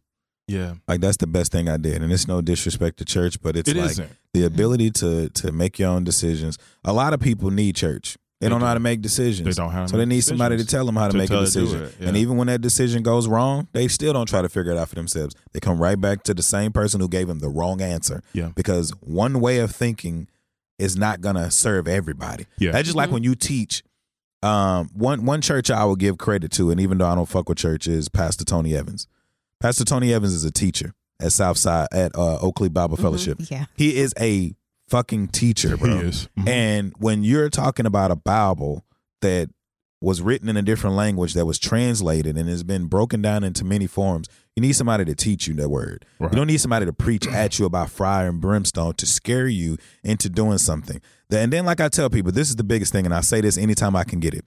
Yeah. Like that's the best thing I did, and it's no disrespect to church, but it's It like isn't. the ability to to make your own decisions. A lot of people need church. They, They don't know do. how to make decisions. They don't know how to so they make need somebody to decisions. tell them how to, To make a tell it, do decision. it, yeah. And even when that decision goes wrong, they still don't try to figure it out for themselves. They come right back to the same person who gave them the wrong answer. Yeah. Because one way of thinking is not gonna serve everybody. Yeah. That's just like when you teach. Um, one one church I will give credit to, and even though I don't fuck with church, is Pastor Tony Evans. Pastor Tony Evans is a teacher at Southside at uh, Oakley Bible Fellowship. Yeah. He is a fucking teacher, bro. He is. Mhm. And when you're talking about a Bible that was written in a different language that was translated and has been broken down into many forms, you need somebody to teach you that word. Right. You don't need somebody to preach at you about fire and brimstone to scare you into doing something. The- And then, like I tell people, this is the biggest thing, and I say this anytime I can get it.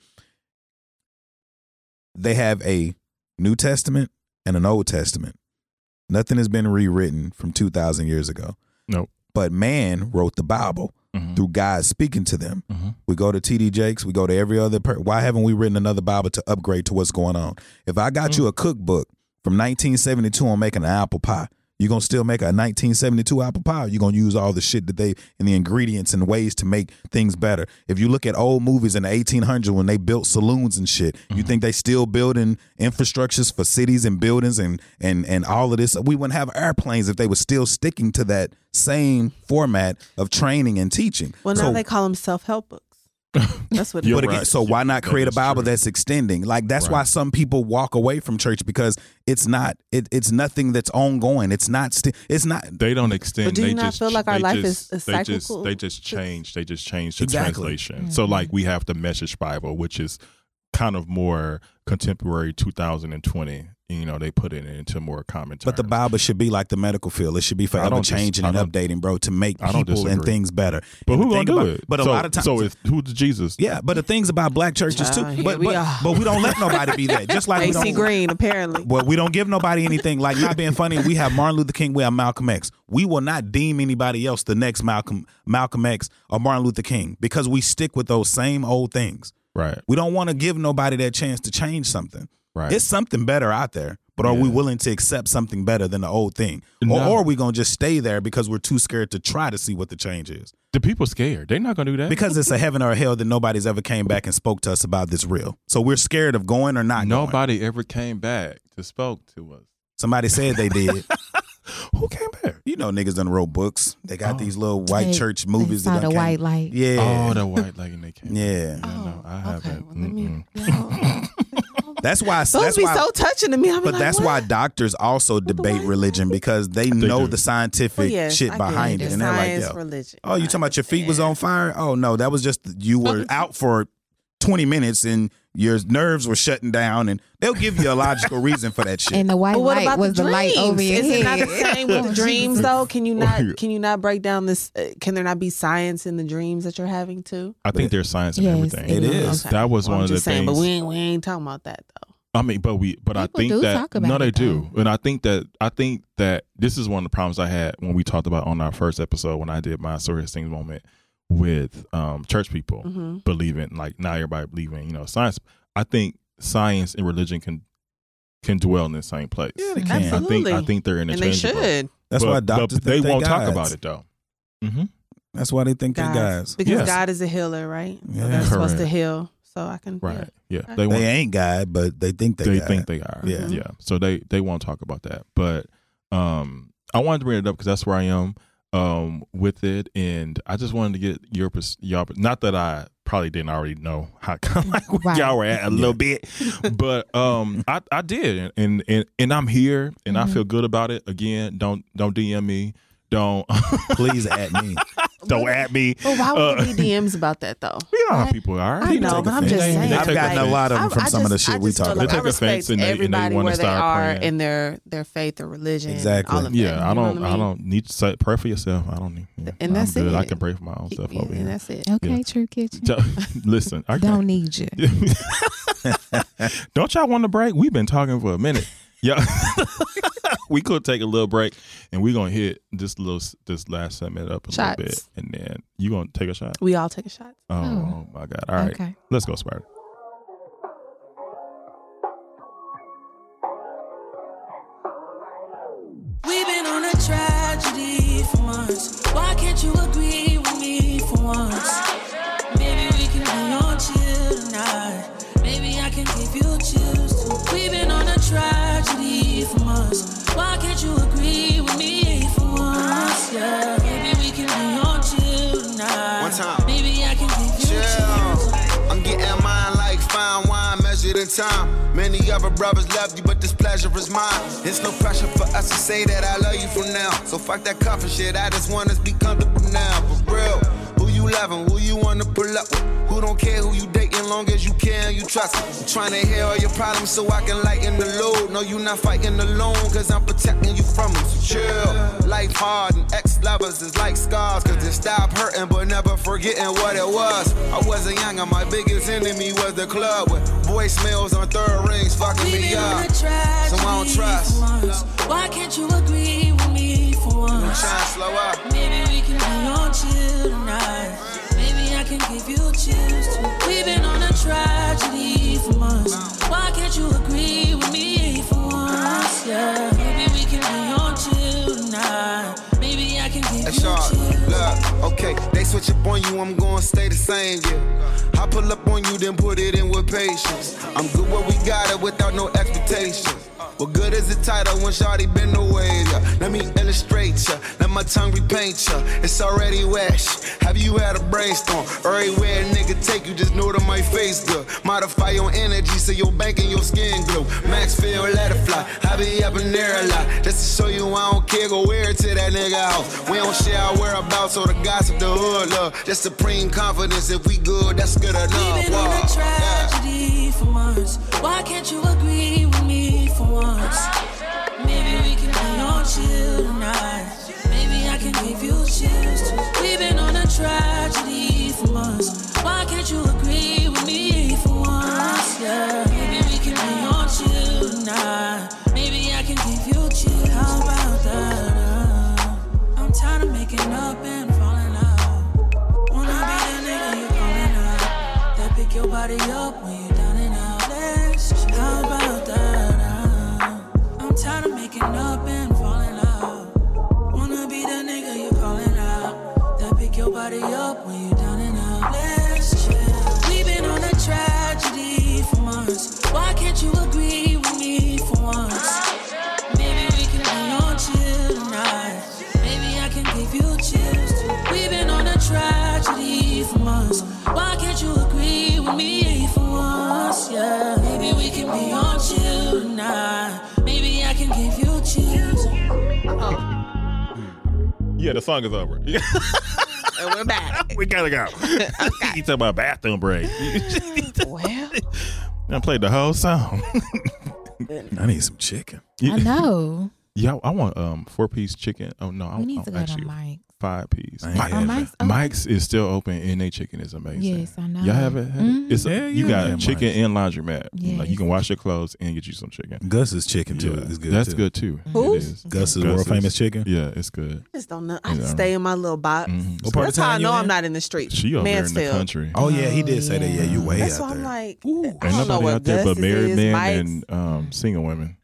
They have a New Testament and an Old Testament. Nothing has been rewritten from 2,000 years ago. Nope. But man wrote the Bible Mhm. through God speaking to them. Mhm. We go to TD Jakes, we go to every other per- why haven't we written another Bible to upgrade to what's going on? If I got you a cookbook from 1972 on making an apple pie, you going to still make a 1972 apple pie. You're going to use all the shit that they and the ingredients and ways to make things better. If you look at old movies in the 1800s when they built saloons and shit, you Mm-hmm. think they still building infrastructures for cities and buildings and and and all of this. We wouldn't have airplanes if they were still sticking to that same format of training and teaching. Well, now So- they call them self help books. That's what. Yeah, it but is. again, right. so why not That create a is Bible true. that's extending? Like that's why Right. some people walk away from church because it's not it, it's nothing that's ongoing. It's not sti- it's not they don't extend. But do you they not just, feel like our they life just- is- is they just cyclical? Mm-hmm. they just change. They just change the Exactly. translation. So like we have the Message Bible, which is kind of more contemporary, 2020. You know, they put it into more common. but the terms. Bible should be like the medical field. It should be forever don't dis- changing I and don't- updating, bro, to make I don't people and disagree. things better. but And who the thing gonna do about- it? But a So- lot of times so it's who's Jesus? Yeah, but the things about black churches too. Ah, here But we but, are. but we don't let nobody be that. Just like we AC don't Green apparently. But we don't give nobody anything. Like not being funny, we have Martin Luther King, we have Malcolm X. We will not deem anybody else the next Malcolm Malcolm X or Martin Luther King because we stick with those same old things. Right. We don't want to give nobody that chance to change something. Right. It's something better out there, but are we willing to accept something better than the old thing? Or, No. or are we going to just stay there because we're too scared to try to see what the change is? the people scared. They're not gonna do that. Because it's a heaven or a hell that nobody's ever came back and spoke to us about this real. So we're scared of going or not going. nobody ever came back to spoke to us. Somebody said they did. Who came back? You know, niggas done wrote books. They got Oh. these little white They- church movies. They that saw done the came- white light. Yeah. Oh, the white lady. They came. yeah. Yeah, no, I haven't. Oh, well, let me- Mm-mm. no. That's why. Those That's be why. so touching to me. I'm but like, that's what? why doctors also debate white religion because they know do. the scientific Well, yes, shit I get behind it, The and they're like, science, "Yo, religion. oh, you talking about your feet was Yeah. on fire? Oh no, that was just you were out for 20 minutes and your nerves were shutting down, and they'll give you a logical reason for that shit. And the white But what light about was the the, light dreams? over your Is head. it not the same with Oh, the dreams Jesus. though? Can you Oh, yeah. not? Can you not break down this? Uh, can there not be science in the dreams that you're having too? I think there's science in Yes, everything. it It is. is. That was Well, one I'm of the just saying, things. But we ain't we ain't talking about that though. I mean, but we, but I People think do that talk about no, they it, do, and I think that I think that this is one of the problems I had when we talked about on our first episode when I did my serious things moment with um church people Mm-hmm. Mhm. believing like not everybody believing you know science. I think science and religion can can dwell in the same place. Yeah, Mm-hmm. they I can. think- I think Absolutely. they're And they interchangeable. should That's But- why but doctors they think won't talk gods. about it though. Mm-hmm. That's why they think God, they're guys. because Yes. God is a healer, right? So Yeah. they're supposed to Correct. heal. So I can yeah. Right. Yeah. Okay. They, They won't, ain't God, but they think they're they God. think they are. Yeah. Yeah. So they they won't talk about that. But um I wanted to bring it up because that's where I am um with it and I just wanted to get your pers- y'all not that I probably didn't already know how like where Right. y'all were at a little bit but um I I did and and and I'm here and Mm-hmm. I feel good about it again don't don't DM me don't Please at me. don't at me But why would Uh, there be DMs about that though? you know how people are I People know, take but I'm offense. just They- they saying. take I've gotten a offense. lot of them I- from I some of the just- shit I we just talk feel like about. They take I offense respect and they- and they everybody wanna where they start are praying. and their their faith, their religion, Exactly. And all of Yeah, that, I you know don't. what I, mean? don't need to say, pray for yourself. I don't need. Yeah, And that's I'm good. I it. can pray for my own stuff Yeah, over and here. that's it. Okay, Yeah. True Kitchen. So, listen, I Don't don't. need you. don't y'all want to break? We've been talking for a minute. Yeah, we could take a little break, and we're gonna hit this little s- this last segment up a Shots. little bit, and then you gonna take a shot. We all take a shot. Oh, Oh. my god! All right, Okay. let's go, Spider. We've been on a tragedy for months. Why can't you agree with me for once? Maybe we can be on chill tonight. Maybe I can give you chills too. We've been on a tragedy for months. Why can't you agree with me for once? Yeah. Maybe we can be on chill tonight. One time. Maybe I can give you chills. chill. I'm getting mine like fine wine measured in time. Many other brothers love you, but this pleasure is mine. It's no pressure for us to say that I love you from now. So fuck that comfort shit. I just want us to be comfortable now, for real. Who you loving? Who you wanna pull up with? Who don't care who you dating, long as you care and you trust me. I'm trying to hear all your problems so I can lighten the load. No, you not fighting alone, cause I'm protecting you from them. So chill. Life hard and ex-lovers is like scars, cause they stop hurting but never forgetting what it was. I wasn't young and my biggest enemy was the club with voicemails on third rings fucking We've me been on a up. tragedy So I don't trust. for once. Why can't you agree with me for I'm once? trying to slow up. Maybe we can be on chill tonight. Maybe I can give you chills too. We've been on a tragedy for months. Why can't you agree with me for once? Yeah. Maybe we can be on chill tonight. Maybe I can give That's you all. chills. Look, okay, they switch up on you, I'm gonna stay the same, yeah. I pull up on you, then put it in with patience. I'm good what we got it without no expectations. What good is the title when Shawty been away? Yeah. Let me illustrate ya, let my tongue repaint ya. It's already wet. shh. Have you had a brainstorm? Everywhere a nigga take you, just know that my face good. Modify your energy so your bank and your skin glow. Maxfield, let it fly. I be up in there a lot. Just to show you I don't care, go wear it to that nigga house. We don't share our whereabouts or the gossip, the hood love. Just supreme confidence. If we good, that's good We've enough. been on Wow. a Yeah. tragedy for months. Why can't you agree with me for once? Maybe we can be on chill tonight. Maybe I can give you chills. too. We've been on a tragedy for months. Why can't you agree with me for once? Yeah. Maybe we can be on chill tonight. Maybe I can give you chills. How about that? I'm tired of making up and falling out. Wanna be the nigga you calling out That pick your body up when you're down and out Let's- How about that? Uh, I'm tired of making up and falling out Wanna be the nigga you calling out That pick your body up when you're down and out Let's chill. We've been on a tragedy for months Why can't you agree with me for once? Maybe we can be on chill tonight. Maybe I can give you chills. We've been on a tragedy for months. Why can't you agree with me for once? Yeah. Maybe we can be on chill tonight. Maybe I can give you chills. Yeah, the song is over. and we're back. we gotta go. you talking about bathroom break? Well, I played the whole song. I need some chicken. I know. Yeah, I want um four piece chicken. Oh no, I, We need to I, go actually to Mike. five piece. I ain't Mike- had Oh, it. Mike's open. Mike's is still open, and they chicken is amazing. Yes, I know. Y'all haven't had Mhm. Mm-hmm. it. It's Hell yeah, you got yeah, chicken Mike's. and laundromat. Like you Yes. can wash your clothes and get you some chicken. Gus's chicken too Yeah, is good. That's too. good too. It Who's? is. Gus's Gus's. world famous chicken. Yeah, it's good. I just don't know. I Yeah. just stay in my little box. Mhm. What part That's of town how I you know I'm in? not in the street. She over there in the Mansfield. country. Oh yeah, he did Oh, say that. Yeah, yeah. you way That's out why I'm there. like, I Ain't don't know nobody what out there but Gus's married is, men Mike's. and um, single women.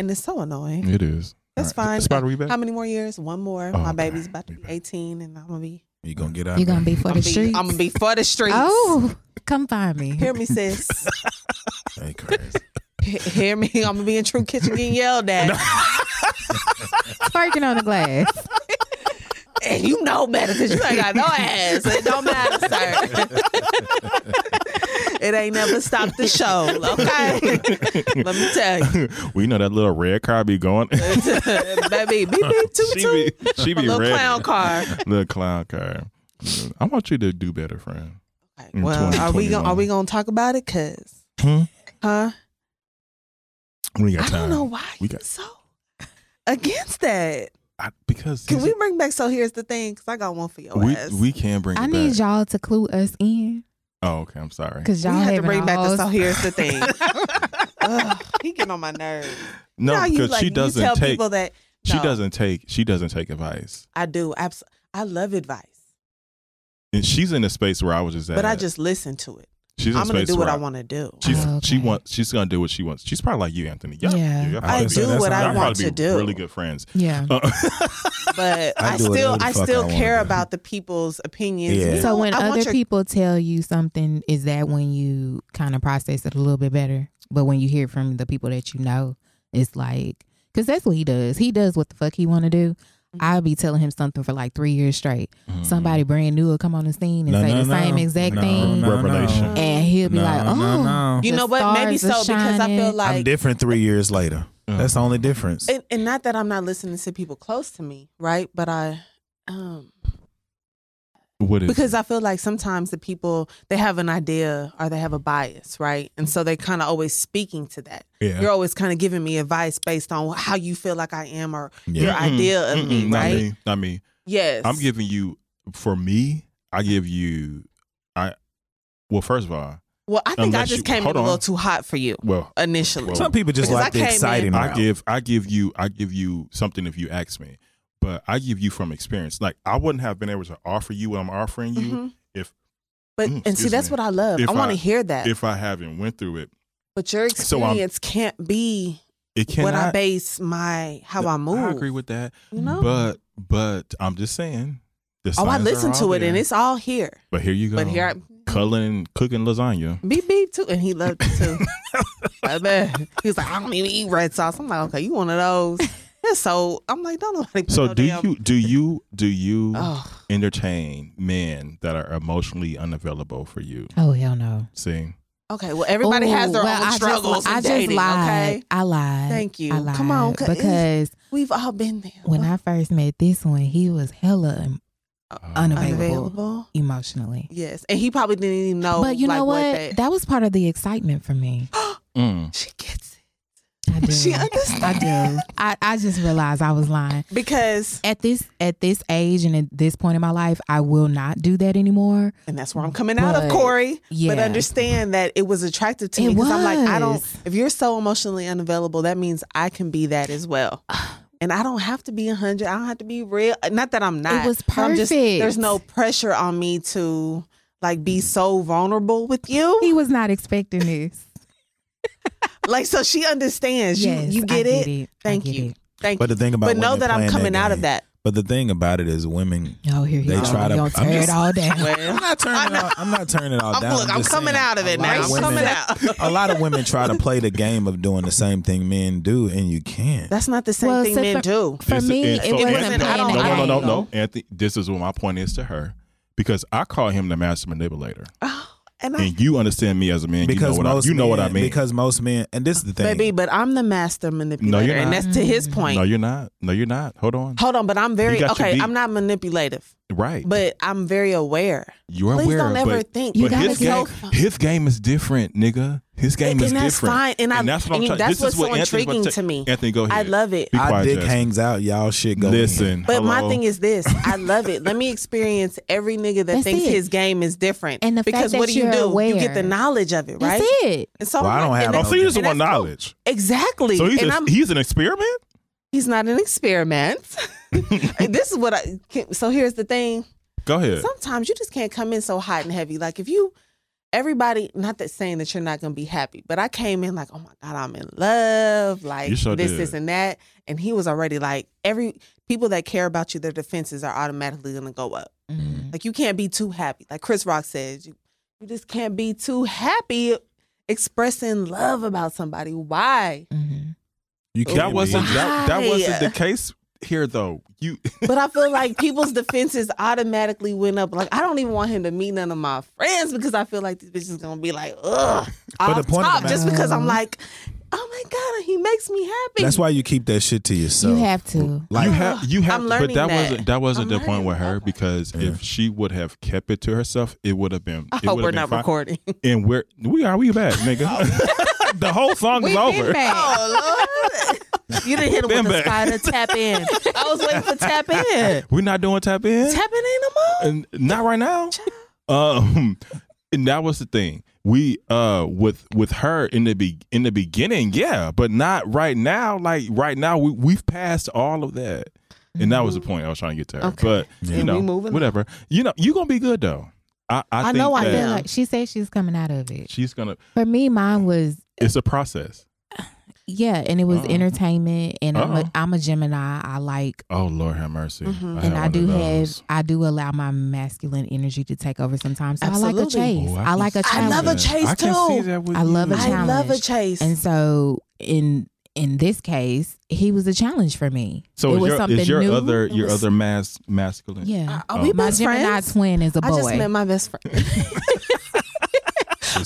and it's so annoying. It is. That's All right. fine. Spider, we back? How many more years? One more. Oh, my okay. baby's about to We be back. 18, and I'm gonna be. You gonna get out? You're gonna there. be for I'm the gonna be, streets. I'm gonna be for the streets. Oh, come find me. hear me, sis. Ain't crazy. He- hear me. I'm gonna be in True Kitchen getting yelled at, Twerking on the glass. and you know better because you ain't got no ass. It don't matter, sir. it ain't never stopped the show. Okay, let me tell you. we know that little red car be going. baby, beep beep toot she toot. be, she A be little red. clown car. Little clown car. I want you to do better, friend. In Well, are we gonna 2021. are we gonna talk about it? Cause, Hmm? huh? We got I time. don't know why We we got- got so against that. I- because Can these- we bring back? So here's the thing, cause I got one for your we, ass. we can bring I it need back. y'all to clue us in Oh, okay. I'm sorry. because y'all we have to having bring back the all- so here's the thing. Ugh, he getting on my nerves. No, Now you, because like, she you doesn't tell take. people that She no. doesn't take. She doesn't take advice, I do. Abs- I love advice, and she's in a space where I was just at. but I just listen to it. She's in a I'm gonna space do what where I want to do. She's Oh, she okay. wants. She's gonna do what she wants. She's probably like you, Anthony. Y'all- Yeah. y'all I probably do be- what y'all I probably want be to do. Really good friends. Yeah. Uh, But I I, do still, whatever the I fuck I still wanna care do. about the people's opinions. Yeah. You So know, when I want other your- people tell you something, is that when you kind of process it a little bit better? But when you hear from the people that you know, it's like because that's what he does. He does what the fuck he want to do. Mm-hmm. I'll be telling him something for like three years straight. Somebody brand new will come on the scene and Mm-hmm. No, say no, the same no. exact No, thing, no, Revelation. no. and he'll be No, like, no, "Oh, no. you the know what? Maybe so stars are because I feel shining." like I'm different three years later. Uh. That's the only difference. and, and not that I'm not listening to people close to me, right? But I, um, what is because I feel like sometimes the people they have an idea or they have a bias, right? And so they kind of always speaking to that. Yeah. You're always kind of giving me advice based on how you feel like I am or Yeah. your Mm-mm, idea of mm-mm, me, Mm-hmm. not right? me, Not me. Yes, Mm-hmm. I'm giving you for me. I give you. I well, first of all, Well, I think I Unless just you- came hold in a little on. too hot for you well, initially. Well, Some people just Because I like the came in- exciting. I route. give I give you I give you something if you ask me, but I give you from experience. Like I wouldn't have been able to offer you what I'm offering you Mhm. if but mm, and see, excuse that's me. what I love. If I want I- to hear that. if I haven't went through it. but your So I'm- experience can't be It cannot. what I base my how I move. I agree with that, you know. but but I'm just saying. The Oh, I signs are listened all to it and there. it's all here. But here you go. But here I Cullen cooking lasagna. beep beep too, and he loved it too. I bet. he was like, I don't even eat red sauce. I'm like, okay, you one of those. That's so. I'm like, don't nobody. put So no do damn- you do you do you Oh, entertain men that are emotionally unavailable for you? oh hell no." See, okay. Well, everybody has Ooh, their well, own I struggles Just, in I dating. just lied. Okay, I lied. Thank you. I lied Come on, 'cause- because we've all been there. when I first met this one, he was hella em- unavailable, Uh, unavailable, emotionally. yes, and he probably didn't even know. but you like, know what? that- That. was part of the excitement for me. Mm. she gets it I do. She I do. I, I just realized I was lying. because, At this at this age and at this point in my life, I will not do that anymore. and that's where I'm coming out of But- Corey. yeah. But understand that it was attractive to It me because I'm like, I don't. was. If you're so emotionally unavailable, that means I can be that as well. And I don't have to be a hundred. I don't have to be real. Not that I'm not. was but I'm just- there's perfect. no pressure on me to like be so vulnerable with you. He was not expecting this. Like so, she understands. Yes, you, you get, I it? get it. I Thank get you. it. Thank But you. the thing about But know women that I'm playing coming out of game- that. But the thing about it is, women. Oh, here he They goes. try to- He gonna I'm tear just- it all down. I'm Well, not turning. It all, I'm not turning it all I'm, down. look, I'm, I'm just coming saying, out of a it lot now. I'm women- coming out. a lot of women try to play the game of doing the same thing men do, and you can't. That's not the same Well, thing so men for- do. For This- me, and it so wasn't Anthony- I playing don't- a no, I no, no, game. no, don't no. Anthony, this is what my point is to her because I call him the master manipulator. Oh, And I, and you understand me as a man. because you know what most I, you know what I men- mean. Because most men, and this is the thing. baby, but I'm the master manipulator, No, you're and not. that's to his point. no, you're not. No, you're not. Hold on. Hold on, but I'm You very got your okay. beat. I'm not manipulative, Right. but I'm very aware. you are Please aware. don't ever but, think You but gotta his be game, so- his game is different, nigga. His game And is that's different. fine, and I- that's what and I'm trying. that's this what's is what so Anthony's about intriguing ta- to me. Anthony, go I ahead. love it. Be our quiet, dick Jasmine. hangs out, y'all shit go. in. Listen, But my hello? thing is this: I love it. Let me experience every nigga that That's thinks it. his game is different. And the fact because that what do you you're do? You aware. get the knowledge of it, right? That's it. And so Well, I'm I don't like- have and no Oh, that's- so you just and want that's cool. knowledge. Exactly. So he's and a- I'm, he's an experiment. he's not an experiment. this is what I. can- So here's the thing. Go ahead. sometimes you just can't come in so hot and heavy. Like if you everybody not that saying that you're not gonna be happy, but I came in like, oh my God, I'm in love, like You sure this, did. this and that. And he was already like every people that care about you, their defenses are automatically gonna go up. Like you can't be too happy. Like Chris Rock says, you, you just can't be too happy expressing love about somebody. Why? you can't that wasn't be- that, that wasn't Why? the case here though. You But I feel like people's defenses automatically went up. Like I don't even want him to meet none of my friends because I feel like this bitch is gonna be like, ugh, But off the point of the top, just matter- because I'm like, oh my god, he makes me happy. That's why you keep that shit to yourself. you have to. like you have you have I'm to- but learning that, that. wasn't that wasn't the I'm point learning with her that. because Yeah. if she would have kept it to herself, it would have been. I it hope would we're have been not fine. recording. And we're we are we back, nigga. the whole song is over. oh Lord, you didn't hit him Been with back. a spider tap in. I was waiting for tap in. We're not doing tap in. Tap in ain't no more. and not right now. Um, and that was the thing. We uh with with her in the be in the beginning, yeah, but not right now. Like right now, we we've passed all of that, and that was the point I was trying to get to. Her. Mm-hmm. Okay. But you And know, we moving on. whatever. You know, you gonna be good though. I I, I think know I that I feel am. like she said she's coming out of it. She's gonna. For me, mine was It's a process. yeah, and it was Uh-oh. entertainment. And I'm Uh-oh. a, I'm a Gemini. I like Oh Lord have mercy. Mhm. had and I one do of have those. I do allow my masculine energy to take over sometimes. So I like a Absolutely. chase. Oh, I, can like a see I challenge. love a that. chase, I can see too. that with I love you. a I love a challenge. chase. And so in in this case, he was a challenge for me. So it is was your, something is your new. other It your was- other mas masculine? yeah. Are we Oh. my best Gemini friends? twin is a boy. I just met my best friend.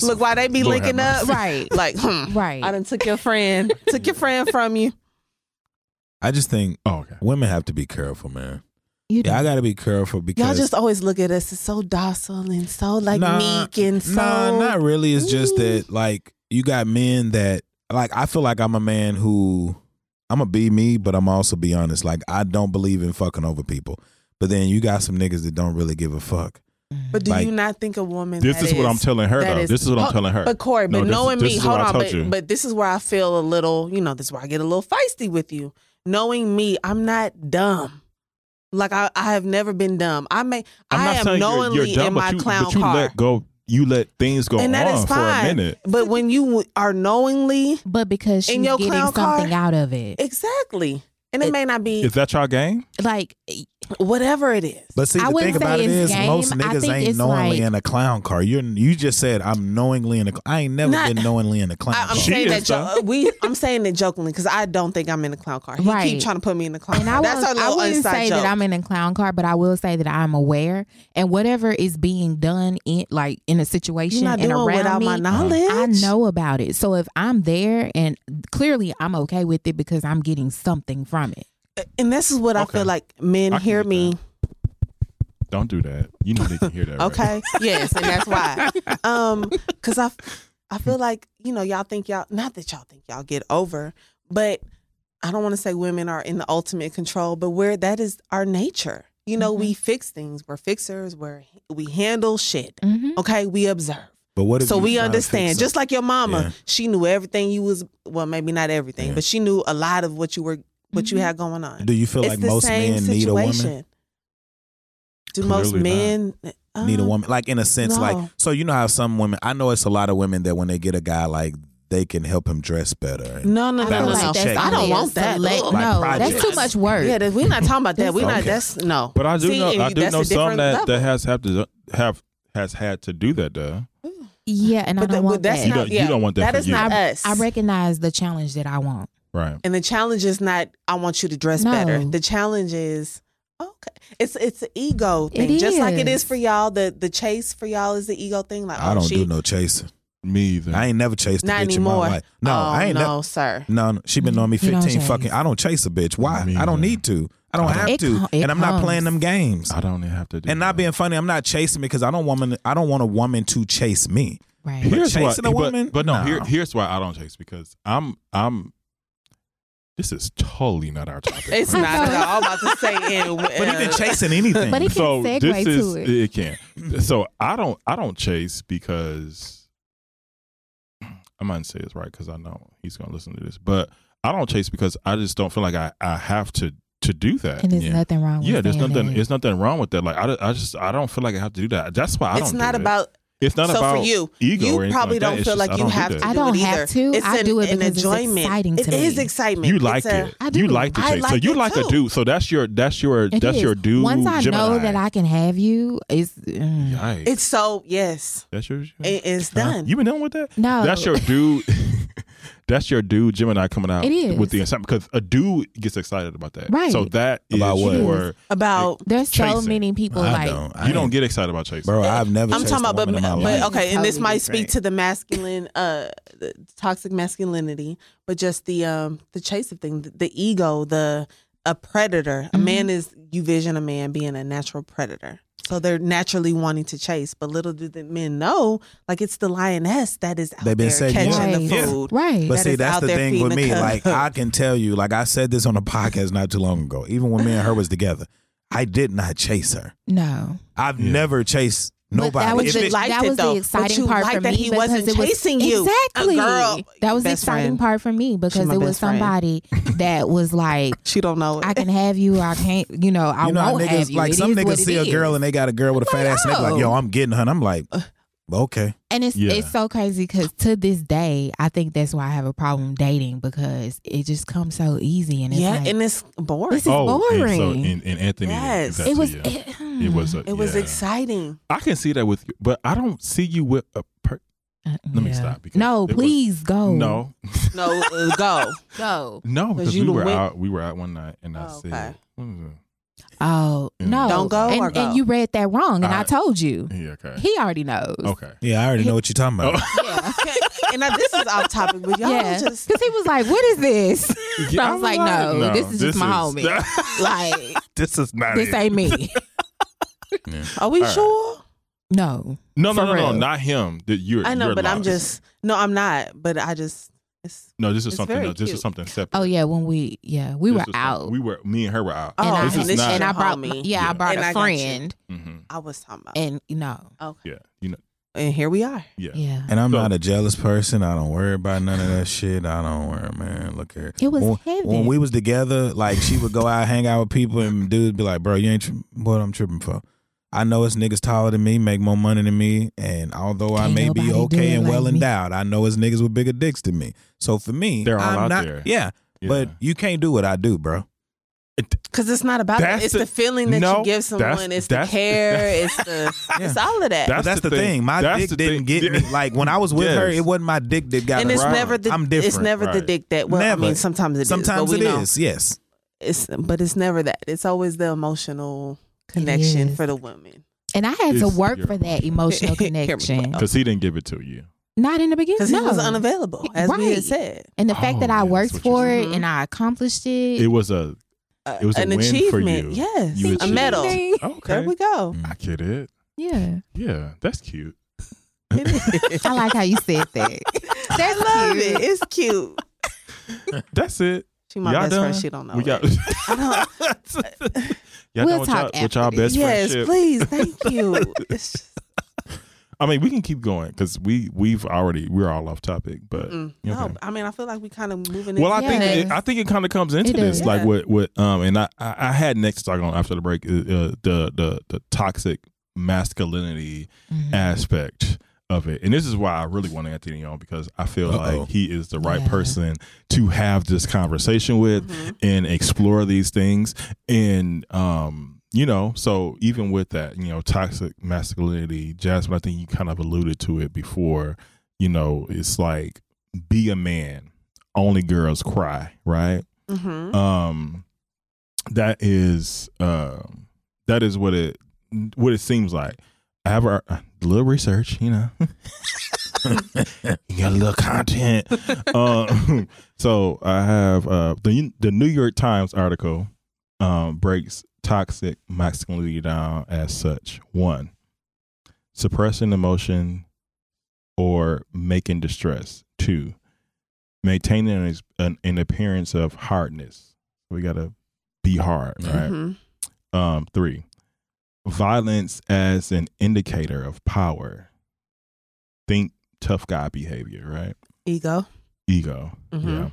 Look, why they be Lord have linking up? right. Like, hmm. Right. I done took your friend, took your friend from you. I just think Oh, okay. women have to be careful, man. You Yeah, I got to be careful because Y'all just always look at us as so docile and so like Nah, meek and so. Nah, not really. It's just Mm. that like you got men that like I feel like I'm a man who I'm gonna be me, but I'm also be honest. Like I don't believe in fucking over people. But then you got some niggas that don't really give a fuck. Mm-hmm. But do like- you not think a woman? This is is what I'm telling her that though. is- This is what I'm Oh, telling her. But Corey, No, this but is- knowing this me, is hold what I on. told But, you. but this is where I feel a little. You know, this is where I get a little feisty with you. Knowing me, I'm not dumb. Like I, I have never been dumb. I may, I am saying you're- knowingly you're dumb, in but my you, clown but you car, let go. You let things go and that is on for a fine. minute. But when you w- are knowingly, but because she's In your getting clown something car? out of it. exactly, and it, It- may not be Is that your game? Like whatever it is. But see, I the wouldn't thing say about it it's is, game. most I niggas think ain't it's knowingly like- in a clown car. You you just said I'm knowingly in a. cl- I ain't never Not- been knowingly in a clown. I, I'm car. She saying is, that jo- we. I'm saying that jokingly because I don't think I'm in the clown car. He Right. keep trying to put me in the clown. and car. I, won't- That's our I little wouldn't inside say joke. that I'm in a clown car, but I will say that I'm aware and whatever is being done in like in a situation You're not and doing around without me, my knowledge. I know about it. So if I'm there and clearly I'm okay with it because I'm getting something from it. and this is what Okay. I feel like men I can hear get me. Don't do that. You know they can hear that. right? Okay. yes, and that's why. Um, because I, I feel like you know y'all think y'all not that y'all think y'all get over, but I don't want to say women are in the ultimate control, but where that is our nature. You know, we fix things. We're fixers. We're we handle shit. Mm-hmm. Okay, we observe. but what? If so you we tryna understand fix just like your mama Yeah. she knew everything you was well maybe not everything Yeah. but she knew a lot of what you were what you Mhm. had going on Do you feel like most men need a woman? do most Clearly men Need a uh, woman, like in a sense, like no. so you know how some women. I know it's a lot of women that when they get a guy, like they can help him dress better. and- no no I no feel no, like no. that's i don't only a want that select- Ugh. Like no, that's projects. too much work. yeah that, we're not talking about that we're not Okay. that's no But I do See, know. and I do that's know a some different that level. that has have to have has had to do that. Duh. Yeah, and I but, don't that, want but that's that. You not don't- you yeah, don't want that that for is you. not I, us I recognize the challenge that I want. Right. and the challenge is not i want you to dress No. better the challenge is Okay, it's it's an ego thing, It just like it is. is for y'all. The the chase for y'all is the ego thing. Like I oh, don't she, do no chasing. Me either. I ain't never chased a Not bitch in anymore. my life. No, oh, I ain't. no, nev- sir. no, no, she been on me You don't fifteen chase. fucking. I don't chase a bitch. Why? Me I don't either. need to. I don't I have don't. It to. co- it and I'm not comes. playing them games. I don't even have to do and not that. being funny, I'm not chasing because I don't woman. I don't want a woman to chase me. Right. But here's chasing why, a but- woman? But, no, here, No. here's why I don't chase because I'm I'm. This is totally not our topic. It's not. at all. I'm about to say in. But even chasing anything. But it can so segue this to is it. can. So I don't I don't chase because I'm not gonna say this right because I know he's gonna listen to this, but I don't chase because I just don't feel like I I have to to do that. And there's yeah. nothing wrong with Yeah, there's saying nothing. that. There's nothing wrong with that. Like I, I just I don't feel like I have to do that. That's why I it's don't. not do it. about It's not so about for you. Ego or you anything like probably that. don't It's feel just, like I you don't do have that. to. I do don't it have either. to. It's I an, do it an because it's enjoyment. exciting to It is me. excitement. You It's like a- it. I do. You like to I chase. so like you it like too. a dude. So that's your that's your It that's is. your dude. Once I know Gemini. that I can have you, it's mm. Yikes. It's so yes. that's your. It is Huh? done. You been done with that? No. That's your dude. that's your dude Gemini coming out It is. with the excitement because a dude gets excited about that. Right. So that is About what? your- about there's so Chasing. many people I like don't. I you don't ain't- get excited about chasing. bro. I've never. I'm chased talking a about, but, woman in my but life. okay, and this Totally might speak different. to the masculine, uh, the toxic masculinity, but just the um the chase of thing, the, the ego, the a predator. Mm-hmm. A man is you vision a man being a natural predator, so they're naturally wanting to chase. But little do the men know, like it's the lioness that is out They've been there saying- catching Right. the Yeah. food. right. But that see, is that's out the there thing feeding with the me. cub. Like I can tell you, like I said this on a podcast not too long ago. Even when me and her was together, I did not chase her. no. I've Yeah. never chased But nobody. that was If the, it- liked that it, was though, the but you exciting part liked for that me he because wasn't it was chasing you. Exactly. Uh, girl, that was the best exciting friend. part for me because my it was best friend. somebody that was like, She don't know it. I can have you, I can't, you know, I you know, how won't niggas have you. like It some is niggas what it see a is. girl and they got a girl with a fat ass, and they be like, oh. "Yo, I'm getting her." And I'm like, "Okay." And it's Yeah. it's so crazy because to this day, I think that's why I have a problem dating because it just comes so easy and it's yeah, like, and it's boring. This is Oh, And, so, boring. and, and Anthony, Yes. that it to was you. it, hmm. It was. A, it was yeah. exciting. I can see that with you, but I don't see you with a. Per- Uh, Let me stop because No, it was- please go. no, No, uh, go. go. no, because you we the were wit- out. We were out one night, and I Oh, said, okay. "Mm, Oh Yeah. no, Don't go And, or go? and you read that wrong, and I, I- told you. "Yeah, okay, He already knows. okay." Oh, Yeah, I already know what you're talking about. Yeah, and now this is off topic, but y'all yeah. Because just he was like, "What is this?" And I was like, no, this is just my homie. like this is not. this it. ain't me. Are we All right. sure? No, No, no, no, For no, real. not him. That you're. I know, you're but I'm lost. just no, I'm not. But I just it's No, this is it's something. very else. This cute. is something separate. oh yeah, when we yeah we This were is something- out. We were. Me and her were out. Oh, and I, this is this not. and I brought homie. yeah, Yeah. I brought And a I got you. friend, hmm I was talking about, Oh. and you know, Yeah, you know. and here we are. Yeah. yeah, And I'm So- not a jealous person. I don't worry about none of that shit. I don't worry, man. Look here. It was when, heaven. When we was together, like she would go out, hang out with people, and dudes be like, "Bro, you ain't tri- what I'm tripping for." I know it's niggas taller than me, make more money than me, and although I Can't may be nobody do okay it and like well me. endowed, I know it's niggas with bigger dicks than me. So for me, They're all I'm out not, there. Yeah, but Yeah. you can't do what I do, bro. Because it's not about that. That's It's the, the- feeling that no, you give that's- someone. It's the that's- care. It's the it's all of that. But that's, the, thing. My That's dick the didn't thing. get me. Like when I was with her, Yes. it wasn't my dick that got and her. it's Right. never the I'm different. it's never the right. dick that well Never. I mean sometimes it is, Sometimes but it we know is. Yes. it's but it's never that it's always the emotional connection is. for the women and I had to It's work your for that emotional Here we go. connection. Because he didn't give it to you. Not in the beginning, because he was no. unavailable as we Right. had said And the fact Oh, that I yeah, that's worked what you for said. it and I accomplished it, It was a. Uh, It was a an win for achievement you. yes You a achieved. medal Ding. Okay. there we go I get it. yeah. Yeah, that's cute. I like how you said that. That's love cute. it. It's cute. That's it. She my y'all best done? friend. She don't know. We it. got. I y'all We'll done with talk y'all, with after y'all this. best yes, friendship. please. Thank you. It's just, I mean, we can keep going because we we've already we're all off topic, but mm, okay. No, I mean, I feel like we kind of moving. Well, I into- think Yes. it, I think it kind of comes into It this, does. like Yeah. what what um, and I I I had next to talk on after the break uh, uh, the the the toxic masculinity Mm-hmm. aspect of it, and this is why I really want Anthony on because I feel Uh-oh. like he is the right Yeah. person to have this conversation with and explore these things, and um, you know, so even with that, you know, toxic masculinity, Jasmine, I think you kind of alluded to it before, you know, it's like be a man only girls cry right Mhm. um that is um that is what it what it seems like. I have a, a little research, you know. you got a little content. um, so I have uh, the the New York Times article um, breaks toxic masculinity down as such: one, suppressing emotion or making distress; two, maintaining an, an, an appearance of hardness. We gotta be hard, right? Mhm. Um, three, violence as an indicator of power. Think tough guy behavior, right? Ego. Ego. Mhm. Yeah.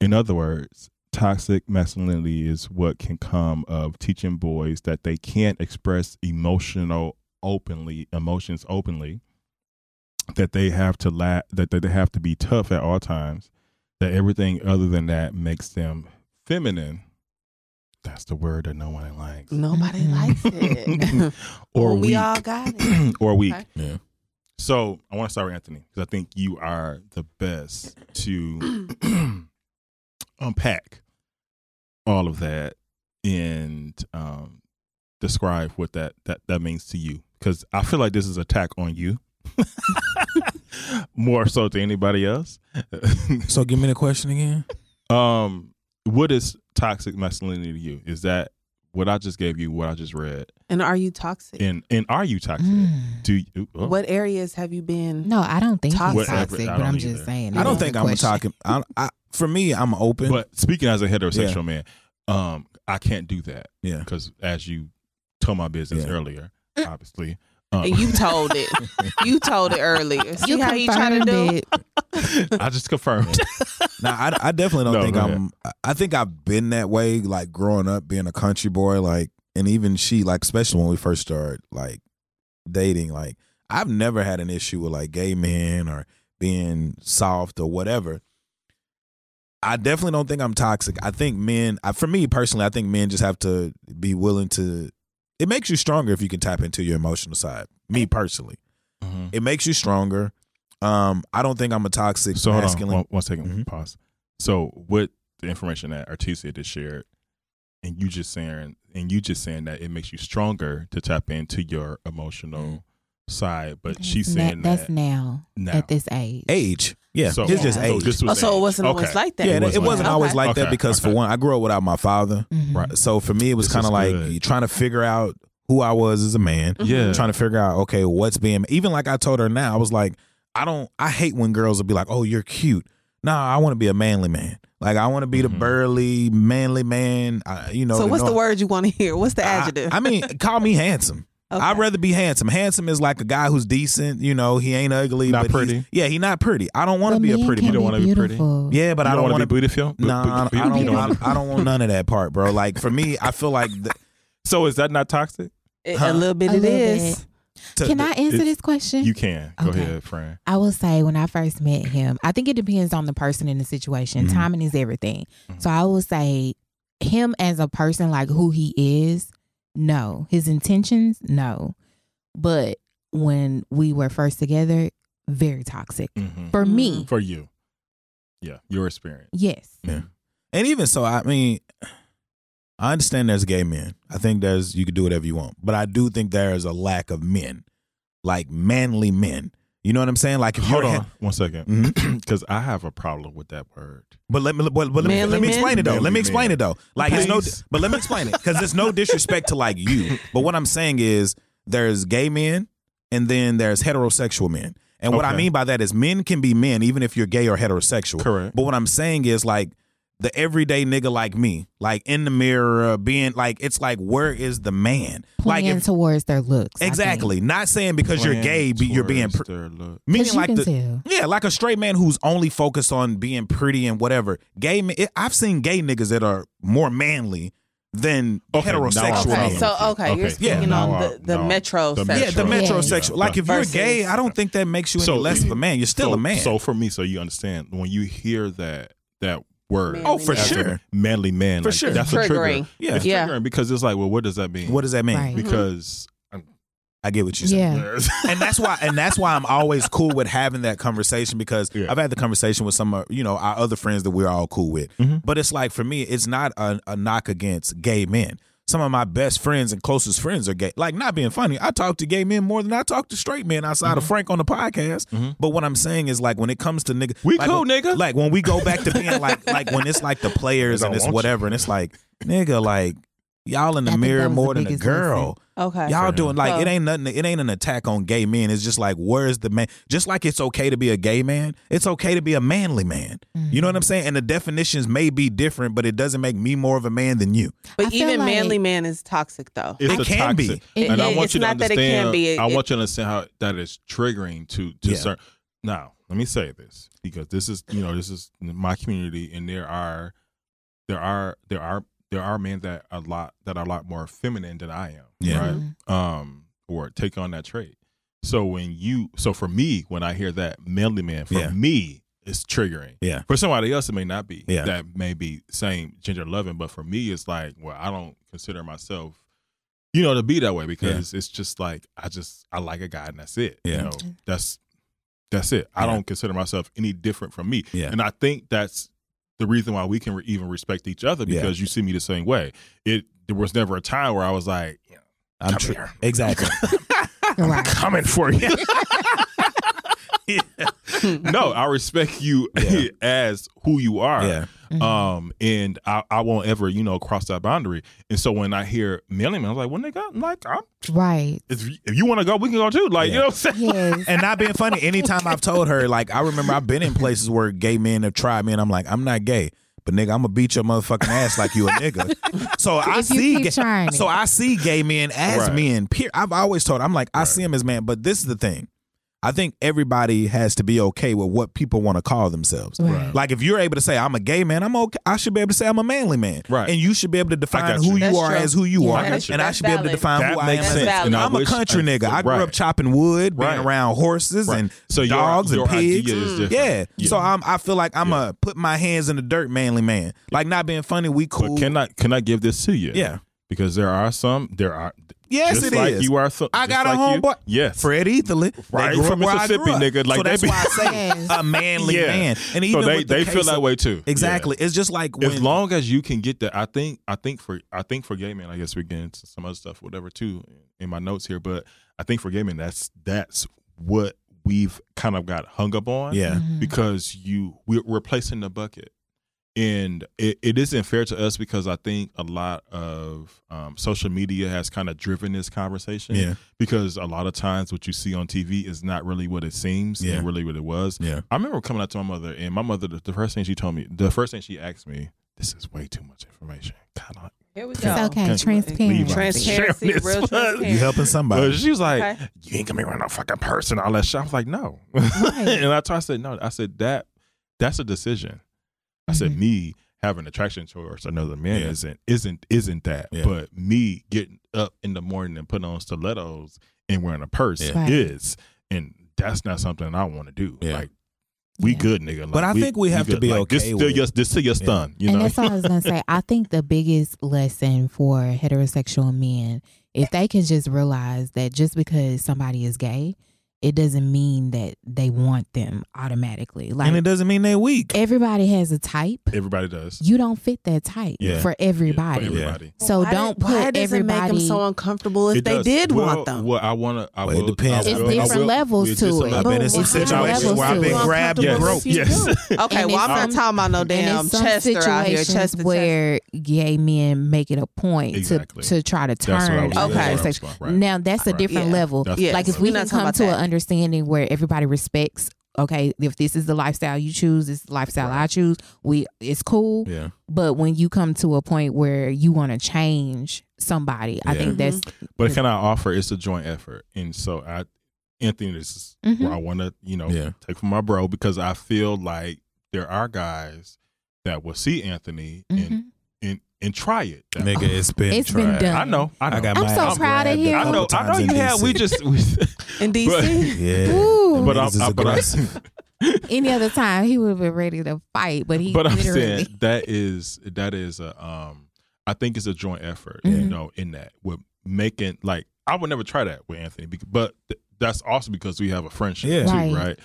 In other words, toxic masculinity is what can come of teaching boys that they can't express emotional openly emotions openly that they have to la- that that they have to be tough at all times that everything other than that makes them feminine that's the word that no one likes Nobody Mhm. likes it. Mm-hmm. or we weak. all got it. or weak. Okay. Yeah. So I want to start with Anthony because I think you are the best to unpack all of that and um, describe what that, that that means to you. Because I feel like this is attack on you more so to anybody else. So give me the question again. um, what is toxic masculinity to you? Is that what I just gave you? What I just read? and are you toxic? And and are you toxic? Mm. Do you? oh. What areas have you been? No, I don't think Toxic. toxic, Whatever, toxic I but don't I'm either. just saying. I that's don't the think I'm a question. talking. I, I for me, I'm open. But speaking as a heterosexual man, um, I can't do that yeah, because as you told my business Yeah. earlier, obviously, um, And Uh-uh. you told it. you told it earlier. See You how you try to confirmed do? it. I just confirmed. now I, I definitely don't No, think go I'm. I- I think I've been that way, like growing up, being a country boy, like, and even she, like, especially when we first started, like, dating, like, I've never had an issue with like gay men or being soft or whatever. I definitely don't think I'm toxic. I think men, I, for me personally, I think men just have to be willing to. It makes you stronger if you can tap into your emotional side. Me personally, Mhm. it makes you stronger. Um, I don't think I'm a toxic So hold on, masculine. one, one second, Mhm. pause. So with the information that Artesia just shared, and you just saying, and you just saying that it makes you stronger to tap into your emotional Mm-hmm. side, but she's Na- saying that's that now, now. at this age. age. Yeah, So, it's just so age. this was Oh, so it age. wasn't always Okay. like that. yeah, it was wasn't, like that. always like Okay, that because for okay. one, I grew up without my father, Mm-hmm. Mhm. Right. so for me it was This kind of is like good. trying to figure out who I was as a man, Mm-hmm. Yeah. trying to figure out okay what's being even like I told her now I was like I don't I hate when girls will be like oh you're cute. Nah, I want to be a manly man. Like I want to be the Mhm. burly manly man. I, you know. so to what's know- the word you want to hear? What's the I- adjective? I, mean, call me handsome. Okay. I'd rather be handsome. Handsome is like a guy who's decent. You know, he ain't ugly. Not but he's- pretty. Yeah, he not pretty. I don't want to But be a men pretty. can You don't wanna be pretty. beautiful. Yeah, but You I don't wanna want to be beautiful. no, I You I don't. wanna- want, I don't want none of that part, bro. Like for me, I feel like the, So is that not toxic? It- huh? A little bit A it little is. bit. to- Can I answer it's- this question? You can go Okay. ahead, friend. I will say when I first met him, I think it depends on the person and the situation. Mhm. Timing is everything. Mm-hmm. So I will say him as a person, like who he is, no. His intentions, no. But when we were first together, very toxic. Mm-hmm. Mhm. For me, for you. Yeah, your experience. yes. And even so, I mean, I understand there's gay men. I think there's you can do whatever you want, but I do think there is a lack of men, like manly men. You Mm-hmm. know what I'm saying? Like if Hold you're on one second, because I have a problem with that word. But let me but, but let me, Manly let me men? explain it though. let Manly me explain men. it though. Like it's no Please. but let me explain it cuz it's no disrespect to like you. But what I'm saying is there's gay men and then there's heterosexual men. And what I Okay. mean by that is men can be men even if you're gay or heterosexual. Correct. But what I'm saying is like the everyday nigga like me, like in the mirror, being like it's like where is the man? Playing like if, towards their looks. I think. exactly. Not saying because you're gay be, you're being pr- Towards their look. meaning 'Cause you like can the tell. yeah, like a straight man who's only focused on being pretty and whatever. Gay, men, it, I've seen gay niggas that are more manly than Okay, now I'm heterosexual. following. men. Okay, so okay, you're Okay, yeah, speaking now on I- the, the now I- metro the yeah, section. the metro. Yeah. metrosexual. Like if Versus- you're gay, I don't think that makes you any So- less of a man. You're still so, a man. So for me, so you understand when you hear that that word. Manly Oh, for as a sure. manly man. For like, sure. that's a trigger. Triggering. yeah. It's Yeah. triggering because it's like, well, what does that mean? What does that mean? Right. Because Mm-hmm. I get what you're saying. Yeah. and that's why and that's why I'm always cool with having that conversation because Yeah. I've had the conversation with some of you know our other friends that we're all cool with. Mhm. But it's like for me, it's not a, a knock against gay men. Some of my best friends and closest friends are gay. Like not being funny, I talk to gay men more than I talk to straight men outside Mm-hmm. of Frank on the podcast. But what I'm saying is like when it comes to nigga, We like, cool, when- nigga. Like when we go back to being like like when it's like the players They and don't it's want you. whatever and it's like nigga like y'all in the I think mirror that was more the than a biggest girl. lesson. Okay. Y'all him. doing like So- it ain't nothing. It ain't an attack on gay men. It's just like where's the man? Just like it's okay to be a gay man, it's okay to be a manly man. You know what I'm saying? And the definitions may be different, but it doesn't make me more of a man than you. But I feel even like- manly man is toxic though. It's It a can be. toxic- It- and I it- want it's you to not that it understand. can be. It- I it- want you to understand how that is triggering to to Yeah. certain. Now, let me say this because this is you know this is my community, and there are there are there are there are men that a lot that are a lot more feminine than I am. Yeah. Right. Um. Or take on that trait. So when you so for me when I hear that manly man for Yeah. me it's triggering. Yeah. For somebody else, it may not be. Yeah. That may be same gender loving, but for me, it's like, well, I don't consider myself, you know, to be that way because it's just like I just I like a guy and that's it. Yeah. You know, that's that's it. I Yeah. don't consider myself any different from me. Yeah. And I think that's the reason why we can re- even respect each other Yeah. because you see me the same way. It there was never a time where I was like, I'm Come tri- here. exactly. Right. coming for you. no, I respect you Yeah. as who you are. yeah, Um, and I, I won't ever, you know, cross that boundary. And so when I hear Millie, I was like, well, nigga, I'm like, I'm, Right. if, you- if you want to go, we can go too. Like, you know what I'm saying? Yes. and not being funny. Anytime I've told her, like I remember I've been in places where gay men have tried me, and I'm like, I'm not gay. But nigga, I'm gonna beat your motherfucking ass like you a nigga. So I you see, keep ga- trying so it. I see gay men as Right. men. Peer, I've always told. I'm like, I Right. see him as man. But this is the thing. I think everybody has to be okay with what people want to call themselves. Right. Like if you're able to say I'm a gay man, I'm okay. I should be able to say I'm a manly man. Right. And you should be able to define got who you. you That's are true. as who you Yeah. are, I got you. and I That's should be able to valid. define That who I am. makes as- sense. And I I'm a wish- country I- nigga. I grew up right. chopping wood, being Right. around horses Right. and So your- dogs your and pigs. idea is Mm. different. Yeah. Yeah. So I'm I feel like I'm a put my hands in the dirt manly man. Like not being funny, we cool. But can I, can I give this to you? Yeah. Because there are some, there are, yes, just it is. like you are. So, I just got a like homeboy. You, yes. Fred Etherly. They Right, grew up from where I grew Mississippi, up. nigga. Like, so they that's be- why I say Yes. a manly Yeah. man. And even so they, with the they case feel of- that way too. Yeah. Exactly. It's just like when, as long as you can get that i think i think for i think for gay men i guess we're getting into some other stuff whatever too in my notes here but i think for gay men that's that's what we've kind of got hung up on Yeah. because you we're, we're placing the bucket and it, it isn't fair to us because i think a lot of um, social media has kind of driven this conversation Yeah. because a lot of times what you see on tv is not really what it seems Yeah. and really what it was Yeah. I remember coming out to my mother, and my mother, the, the first thing she told me, the first thing she asked me, this is way too much information. God, I- Here we It's go. okay. Leave Transparent. out Transparency, this real one. You transparency. helping But somebody. she was like, Okay. you ain't gonna be around no fucking person, all that shit. I was like, no. and I, told, I said, no. I said, that that's a decision. I Mm-hmm. said, me having attraction towards another man Yeah. isn't isn't isn't that. Yeah. But me getting up in the morning and putting on stilettos and wearing a purse Yeah. Right. is. And that's not something I want to do. Yeah. Like we Yeah. good, nigga. Like, But I think we have to good. be like, This okay still with your it. this still your Yeah. stun. You and know. that's what I was gonna say. I think the biggest lesson for heterosexual men, if they can just realize that just because somebody is gay, it doesn't mean that they want them automatically. and it Like doesn't mean they're weak. everybody has a type. Everybody does. You don't fit that type Yeah. for everybody. For everybody. So Why don't did- put why does it everybody. make them so uncomfortable if It they does. did well, want them? Well, I want to. I Well, it will, depends. I it's will- I different will- levels it's to different it. I've been in some It's different situations levels where I've to been it. grabbed and Yes. groped. Yes. okay, and well it's I'm not some- talking about no damn and it's some Chester out here, situations Chester Chester. where gay men make it a point Exactly. to, to try to turn. That's what I was- Okay. that's what I was sex- going- right. Now that's a Right. different Yeah. level. That's Yeah. what Like I if was we We're not can talking come about to an that. understanding where everybody respects. Okay, if this is the lifestyle you choose, this is the lifestyle I choose. We it's cool. Yeah. But when you come to a point where you want to change somebody, I Yeah. think that's Mm-hmm. But can I offer? It's a joint effort, and so I, Anthony, this is Mm-hmm. where I want to, you know, Yeah. take from my bro because I feel like there are guys that will see Anthony and and and try it. that Nigga, way. it's been It's been tried. done. I know. I know. I got I'm my so ass proud of grabbed a him. I couple know. I know times in you have. We DC. just. We, In But- DC. Yeah. Ooh. but I'm. Niggas is I, but I, aggressive. any other time he would have been ready to fight. But he but I'm literally saying that is Mm-hmm. that is a um I think it's a joint effort, you know, in that with making like I would never try that with Anthony, bec- but th- that's also because we have a friendship Yeah. too, Right. right?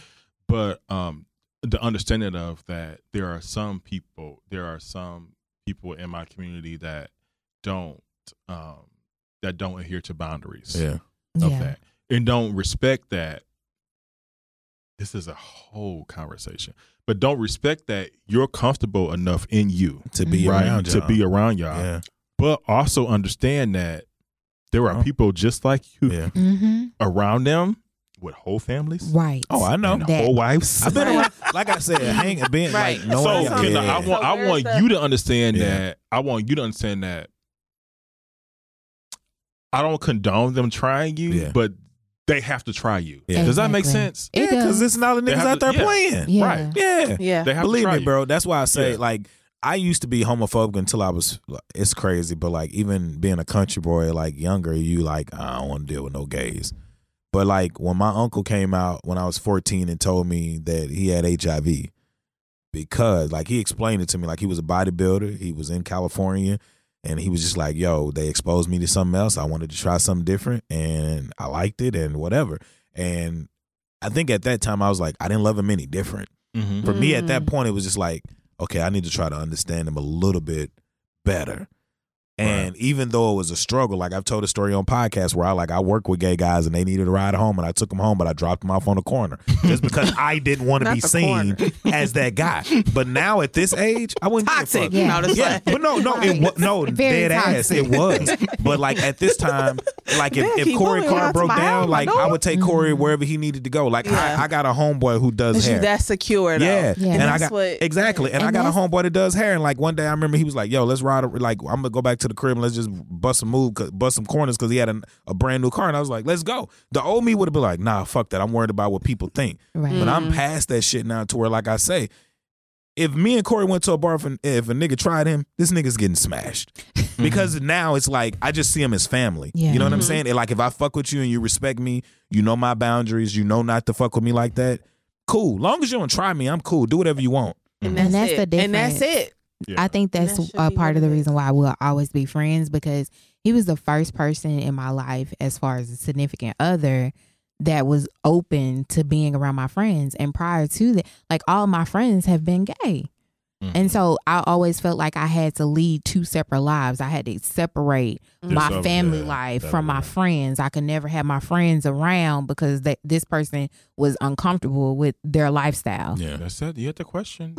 But um, the understanding of that there are some people, there are some people in my community that don't um, that don't adhere to boundaries Yeah. of yeah. that and don't respect that. This is a whole conversation, but don't respect that you're comfortable enough in you To be right around to y'all. be around y'all Yeah. but also understand that there are Oh. people just like you Yeah. Mm-hmm. around them with whole families, Right. Oh, I know. and That- whole wives. I've been around, like I said, hang, been Right. like, no so one. can I, I Yeah. want So I where's want the- you to understand Yeah. that. I want you to understand that. I don't condone them trying you, Yeah. but they have to try you. Yeah. Does that make Exactly. sense? It Yeah, because does. it's not the They niggas have out to- there yeah. playing. Yeah. Right. Yeah. Yeah. They have to Believe try me, you. bro. That's why I say Yeah. like I used to be homophobic until I was. It's crazy, but like even being a country boy, like younger, you like I don't want to deal with no gays. But like when my uncle came out when I was fourteen and told me that he had HIV, because like he explained it to me, like he was a bodybuilder, he was in California, and he was just like, "Yo, they exposed me to something else. I wanted to try something different, and I liked it, and whatever." And I think at that time I was like, I didn't love him any different Mm-hmm. for me at Mm. that point it was just like okay i need to try to understand him a little bit better and even though it was a struggle like i've told a story on podcast where i like i work with gay guys and they needed a ride home and i took them home but i dropped them off on a corner just because i didn't want to Not be the seen as that guy but now at this age i wouldn't give a Toxic. fuck. Yeah. No, that's Yeah, like- but no, no, it was no Very dead ass. toxic. It was, but like at this time, like if, Man, if keep Corey going. Carr That's broke my down, album. like I would take Corey wherever he needed to go. Like Yeah. I, I got a homeboy who does But you hair. that secure though. Yeah. Yeah. and, I that's got what- exactly, and, I And got a that's- homeboy that does hair, and like one day I remember he was like, "Yo, let's ride, a, like I'm gonna go back to the crib, and let's just bust some move, 'cause- bust some corners," because he had an, a brand new car, and I was like, "Let's go." The old me would have been like, "Nah, fuck that. I'm worried about what people think." Right. But Mm-hmm. I'm past that shit now, to where like I say. If me and Corey went to a bar, if, an, if a nigga tried him, this nigga's getting smashed. Because now it's like I just see him as family. Yeah. You know what Mm-hmm. I'm saying? And like if I fuck with you and you respect me, you know my boundaries, you know not to fuck with me like that. Cool. Long as you don't try me, I'm cool. Do whatever you want. And that's, And that's it. the And that's difference. it. I think And that's that should a be part what of the it is. reason why we'll always be friends because he was the first person in my life, as far as a significant other, that was open to being around my friends. And prior to that, like all my friends have been gay. Mm-hmm. And so I always felt like I had to lead two separate lives. I had to separate Mm-hmm. my Yourself, family yeah, life that from my would- friends. I could never have my friends around because that this person was uncomfortable with their lifestyle. Yeah, that's it. You had the question.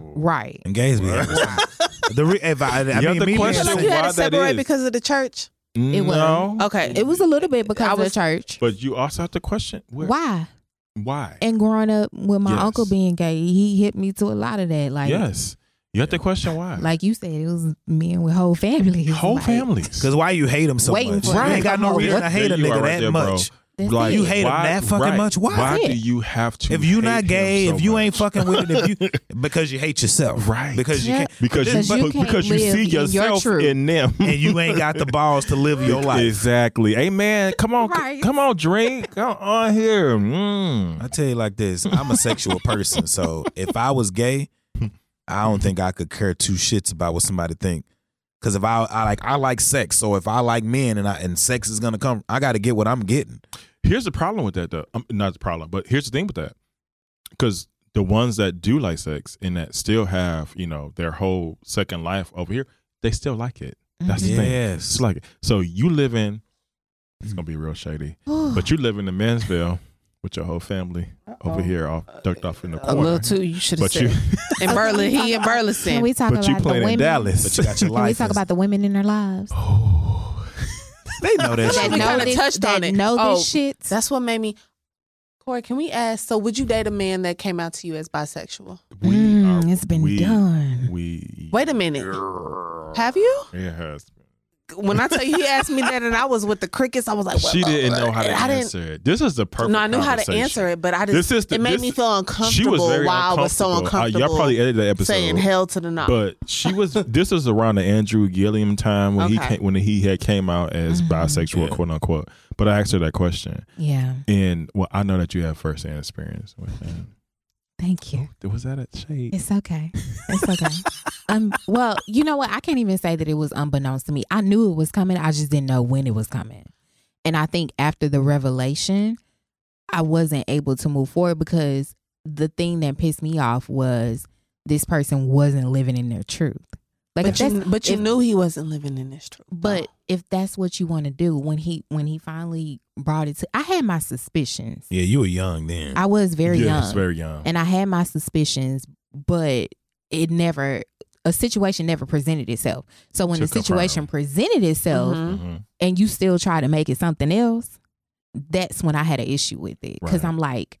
Right. And gays be having some- the re- if I, I You have mean, to me question But like personally- you had why to that is. separate because of the church. It was. no, Okay. It was a little bit because I of was- the church. but you also have to question where, Why? Why? And growing up with my Yes. uncle being gay, he hit me to a lot of that. Like, yes, you have to question why. like you said, it was men with whole families. whole Like, families. Cause why you hate him so Waiting much? for You him ain't to got come no over. reason to There hate a you nigga are right that there, bro. much. That's Like, it. you hate him that fucking much? Why? Why That's do it. you have to? If you hate not him gay, so if you much? ain't fucking with it, if you because you hate yourself, Right. Because you Yeah. can't, because Because you, you but- can't because you live see in your yourself truth. in them, and you ain't got the balls to live your life. exactly. Hey man, come on, c- Right. come on, drink, come on here. Mm. I tell you like this, I'm a sexual person, so if I was gay, I don't think I could care two shits about what somebody think. Cause if I, I like I like sex, so if I like men and I and sex is gonna come, I got to get what I'm getting. Here's the problem with that, though. Um, not the problem, but here's the thing with that, because the ones that do like sex and that still have you know their whole second life over here, they still like it. Mm-hmm. That's the thing. Yes. It's like it. So you live in. It's gonna be real shady, but you live in the Mansville with your whole family over here, all ducked off in the corner. You should but you, in Berlin. He in Can Burleson. we talk but you about the playing women? in Dallas. But you got your Can we life. talk about the women in their lives? Oh, they know that That shit. we know kinda this- touched that on it. Know Oh, this shit. That's what made me. Corey, can we ask? So, would you date a man that came out to you as bisexual? we Mm, are- it's been we- done. We Wait a minute. Have you? It has. When I tell you he asked me that and I was with the crickets, I was like, She didn't know how to I didn't- answer it. This is the perfect. No, I knew how to answer it, but I just This is the- it made this- me feel She uncomfortable was very while I was so uncomfortable. Uh, uncomfortable. y'all probably edited that episode. saying hell to the no. But she was. this is around the Andrew Gilliam time when he Okay. Mm-hmm. came, when he had came out as bisexual, Yeah. quote unquote. But I asked her that question, Yeah. and well, I know that you have first hand experience with that. Thank you. Oh, Was that at Shade? It's okay. It's okay. um. Well, you know what? I can't even say that it was unbeknownst to me. I knew it was coming. I just didn't know when it was coming. And I think after the revelation, I wasn't able to move forward because the thing that pissed me off was this person wasn't living in their truth. Like if but you, that's- but you if- knew he wasn't living in this truth. but if that's what you want to do, when he when he finally brought it to, I had my suspicions. Yeah, you were young then. I was very yeah, young, It's very young. and I had my suspicions, but it never a situation never presented itself. So when To the situation presented itself, Mhm. Mm-hmm. Mhm. and you still try to make it something else, that's when I had an issue with it because Right. I'm like,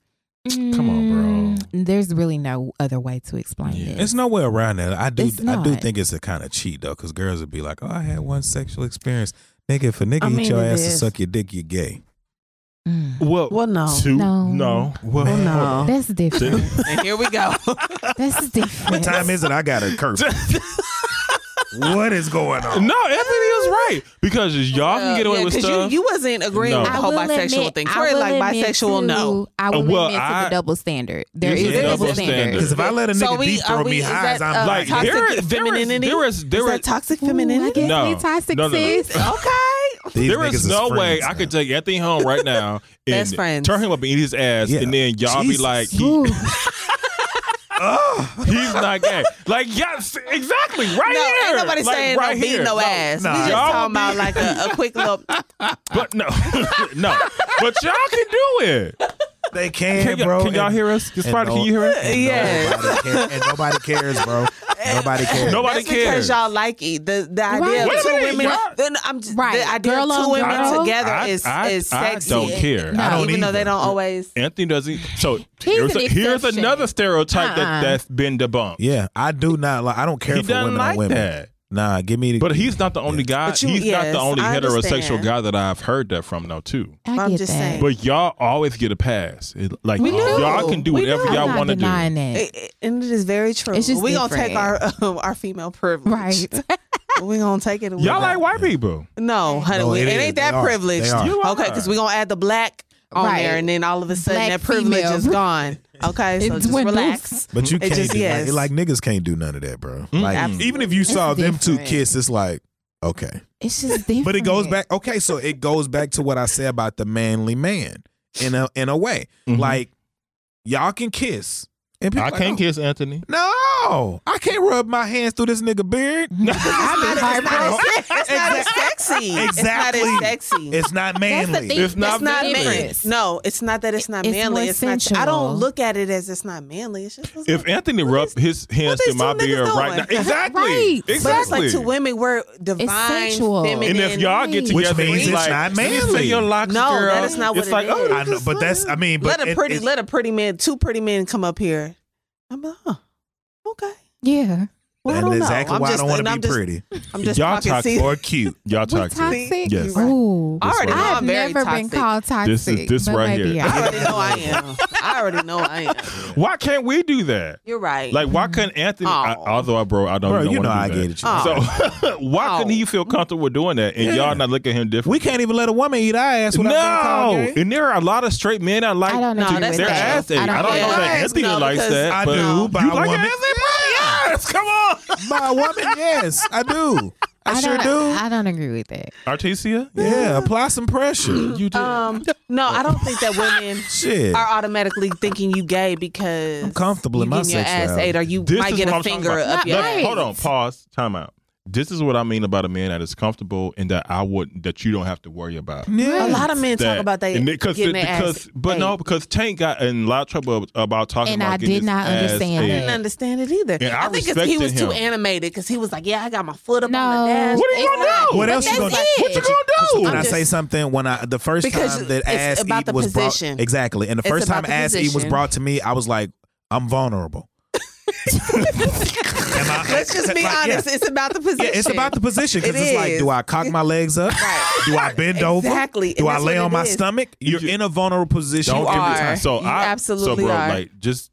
Come on, bro. "Mm, There's really no other way to explain Yeah. this. There's no way around that. I do. It's I do not. think it's a kind of cheat though, because girls would be like, "Oh, I had one sexual experience." Nigga, if a nigga I eat mean, your it ass to is. suck your dick, you gay. Mm. Well, Well, no. two, No. no. Well, Well, no. That's different. and here we go. that's different. What time is it? I got a curse. what is going on? No, Anthony is right because y'all can get away Uh, Yeah, with 'cause stuff. You, you wasn't agreeing No. with the I whole will bisexual admit- thing. I Tori, will like admit bisexual, to- no. I will Well, admit to I- the double standard. There There's is a a double double standard. standard. Because if I let a nigga So we- deep are throw we- me is high, that, I'm uh, like toxic there, is- there is femininity? there is Is there that is toxic Ooh, I femininity? guess No. we toxic No, no, no. sis. Okay. These there niggas is no friends way now. I could take Anthony home right now Best and friends. turn him up and eat his ass, Yeah. and then y'all Jesus. be like, Ooh, he, he's not gay. like, yes, exactly, right no, here. ain't nobody Like, saying right no beat here. no, ass. nah. We just Y'all talking about be- like a, a quick little. But no, no. But y'all can do it. They can, Can, y'all- bro. can y'all and- hear us? and Spider, no- can you hear us? and Yes. Nobody cares, and nobody cares, bro. Nobody cares. Nobody That's because cares. y'all like it. The the idea Wait of a two minute, women. y'all- Then I'm just, Right. the idea Girl of on two women girl. together I- is I- is I sexy. don't care. I don't even though they either. don't always. Anthony doesn't. So He's here's, an a, here's exception. another stereotype Uh-uh. that, that's been debunked. Yeah, I do not like. I don't care He for women doesn't on like women. that. Nah, give me. The, But he's not the only guy. But you- he's not yes, the only I heterosexual understand. guy that I've heard that from, though, too. I get I'm just that. saying. But y'all always get a pass. It- like We do. y'all can do We whatever do. I'm y'all not want to do. denying that. It- it- and it is very true. It's just we gonna take our different. um, our female privilege. Right. we gonna take it. away. Y'all like white people. No, honey, No, we- it it, is. ain't They that are. privileged. They are. You are. Okay, because we're gonna add the black on Right. there, and then all of a sudden Black that privilege female. is gone. Okay, so It just dwindles. relax. but you It can't. just- do, like- yes. like, niggas can't do none of that, bro. Like Absolutely. even if you saw them two different. kiss, it's like okay. It's just different. But it goes back. Okay, so it goes back to what I said about the manly man in a in a way. Mhm. Like y'all can kiss. And people I like, can't "Oh, kiss Anthony. No, I can't rub my hands through this nigga beard. It's not- it's not- It's not as sexy. Exactly. It's not as sexy. It's not manly. That's the thing. It's not That's not manly. manly. It's- no, it's not that it's not It's manly. more It's not. I sensual. don't look at it as it's not manly. It's just it's If like, Anthony rubbed his hands these to my two niggas beard right now, doing? exactly, Right. But it's but it's exactly. like two women were divine, sensual. feminine. and if y'all get Which together, means he's it's like, not "Let me manly." feel your locks, No, girl. that is not what it's it like, is. Oh, I know, but that's. I mean, but let a it- pretty it- let a pretty man, two pretty men come up here. I'm like, huh, okay. Yeah. Well, I that don't is know. exactly I'm why just, I don't want and to I'm be just, pretty I'm just Y'all talking. toxic. See, or cute. y'all We're toxic. toxic. Yes. Ooh. I already know I've I'm very never toxic. been called toxic. This is- this but right maybe here. I I am. already know I am. I already know I am. Why can't we do that? You're right. Oh. Like, why couldn't Anthony? I, Aw. although I bro, I don't. Bro, even you know I wanna do get that. it. Aw. So why Aw. couldn't he feel comfortable doing that and Yeah. y'all not look at him different? We can't even let a woman eat our ass without being no, called gay. and there are a lot of straight men that like I don't No, agree with that's their not- that. ass. ache. I don't, agree know with if that. Anthony No, likes because that. I but do, but you I like want your it. ass? ache, bro? Yes, come on, By a woman, yes, I do. I, I sure don't, do. I don't agree with that. Artesia. yeah, apply some pressure. You do. um, no, I don't think that women Shit, are automatically thinking you gay because I'm comfortable you in my getting your ass sexuality. ate or you might what get a I'm talking finger about. up your Let me- ass. Hold on, pause, time out. This is what I mean about a man that is comfortable and that I would that you don't have to worry about. A Yeah. lot of men That- talk about they and getting because their because ass. but no ate. because Tank got in a lot of trouble about talking And about I getting his did not ass understand ate. that. I didn't understand it either. And I think it's, he respected was too him. animated because he was like, "Yeah, I got my foot up on the No. dash." What are you gonna Exactly. Oh, do? What But else you that's gonna do? it. What you gonna do? Can I'm I just- say something? When I the first Because time that it's ass about eat the was position. brought exactly, and the It's first about time the ass eat was position. brought to me, I was like, I'm vulnerable. Am I- Let's just be like, yeah. honest. It's about the position. Yeah, it's about the position because It it's like, is. do I cock my legs up? Right. Do I bend Exactly. over? And Do I that's lay what on it my is. stomach? You're You- in a vulnerable position. Don't You give me are. time. So You I absolutely so bro, are. like just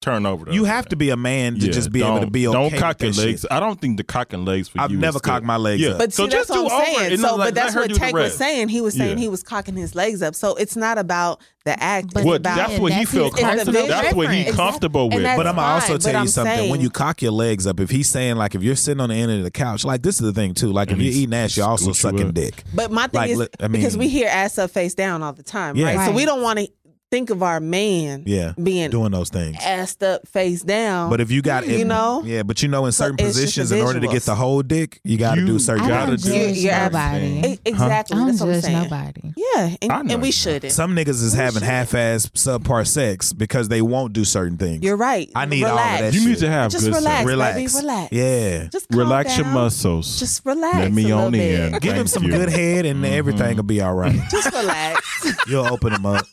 turn over. the You other have way. to be a man to Yeah, just be able to don't- be okay. Don't with cock that your shit. legs. I don't think the cock and legs for I've you. is never the- cocked my legs Yeah. up. But so see, just that's do what I'm over saying. and So, like, but let that's her what do the Tank was rest. saying. He was saying Yeah. he was cocking his legs up. So it's not about the But act. But What- it's about that's what he that's feel his personal comfortable. That's what he preference. comfortable And with. that's But I'm gonna also fine, but tell you I'm something. when saying- you cock your legs up, if he's saying like if you're sitting on the end of the couch, like this is the thing too. Like And if you're he's- eating ass, you're also scoot you sucking up. dick. But my thing Like, is li- I because we mean- hear ass up face down all the time, Yeah. right? So we Right. don't want to think of our man Yeah, being doing those things. assed up face down. But if you got, you it- know? yeah. But you know, in So certain it's just positions, the in order to get visuals. the whole dick, you got to You do certain. I gotta don't do judge your ass nobody. thing. E- exactly, I don't that's what I'm judge saying. nobody. Yeah, and, I know and we you. shouldn't. Some niggas is having half-ass subpar sex because they won't do certain things. You're right. I need all of relax. that You need shit. to have Just good relax, sex. relax, baby, relax. Yeah, Just calm Relax your down. muscles. Just relax. Let me a little on bit. in. give him Thank some you. Mm-hmm. good head, and everything will be all right. Just relax. You'll open them up.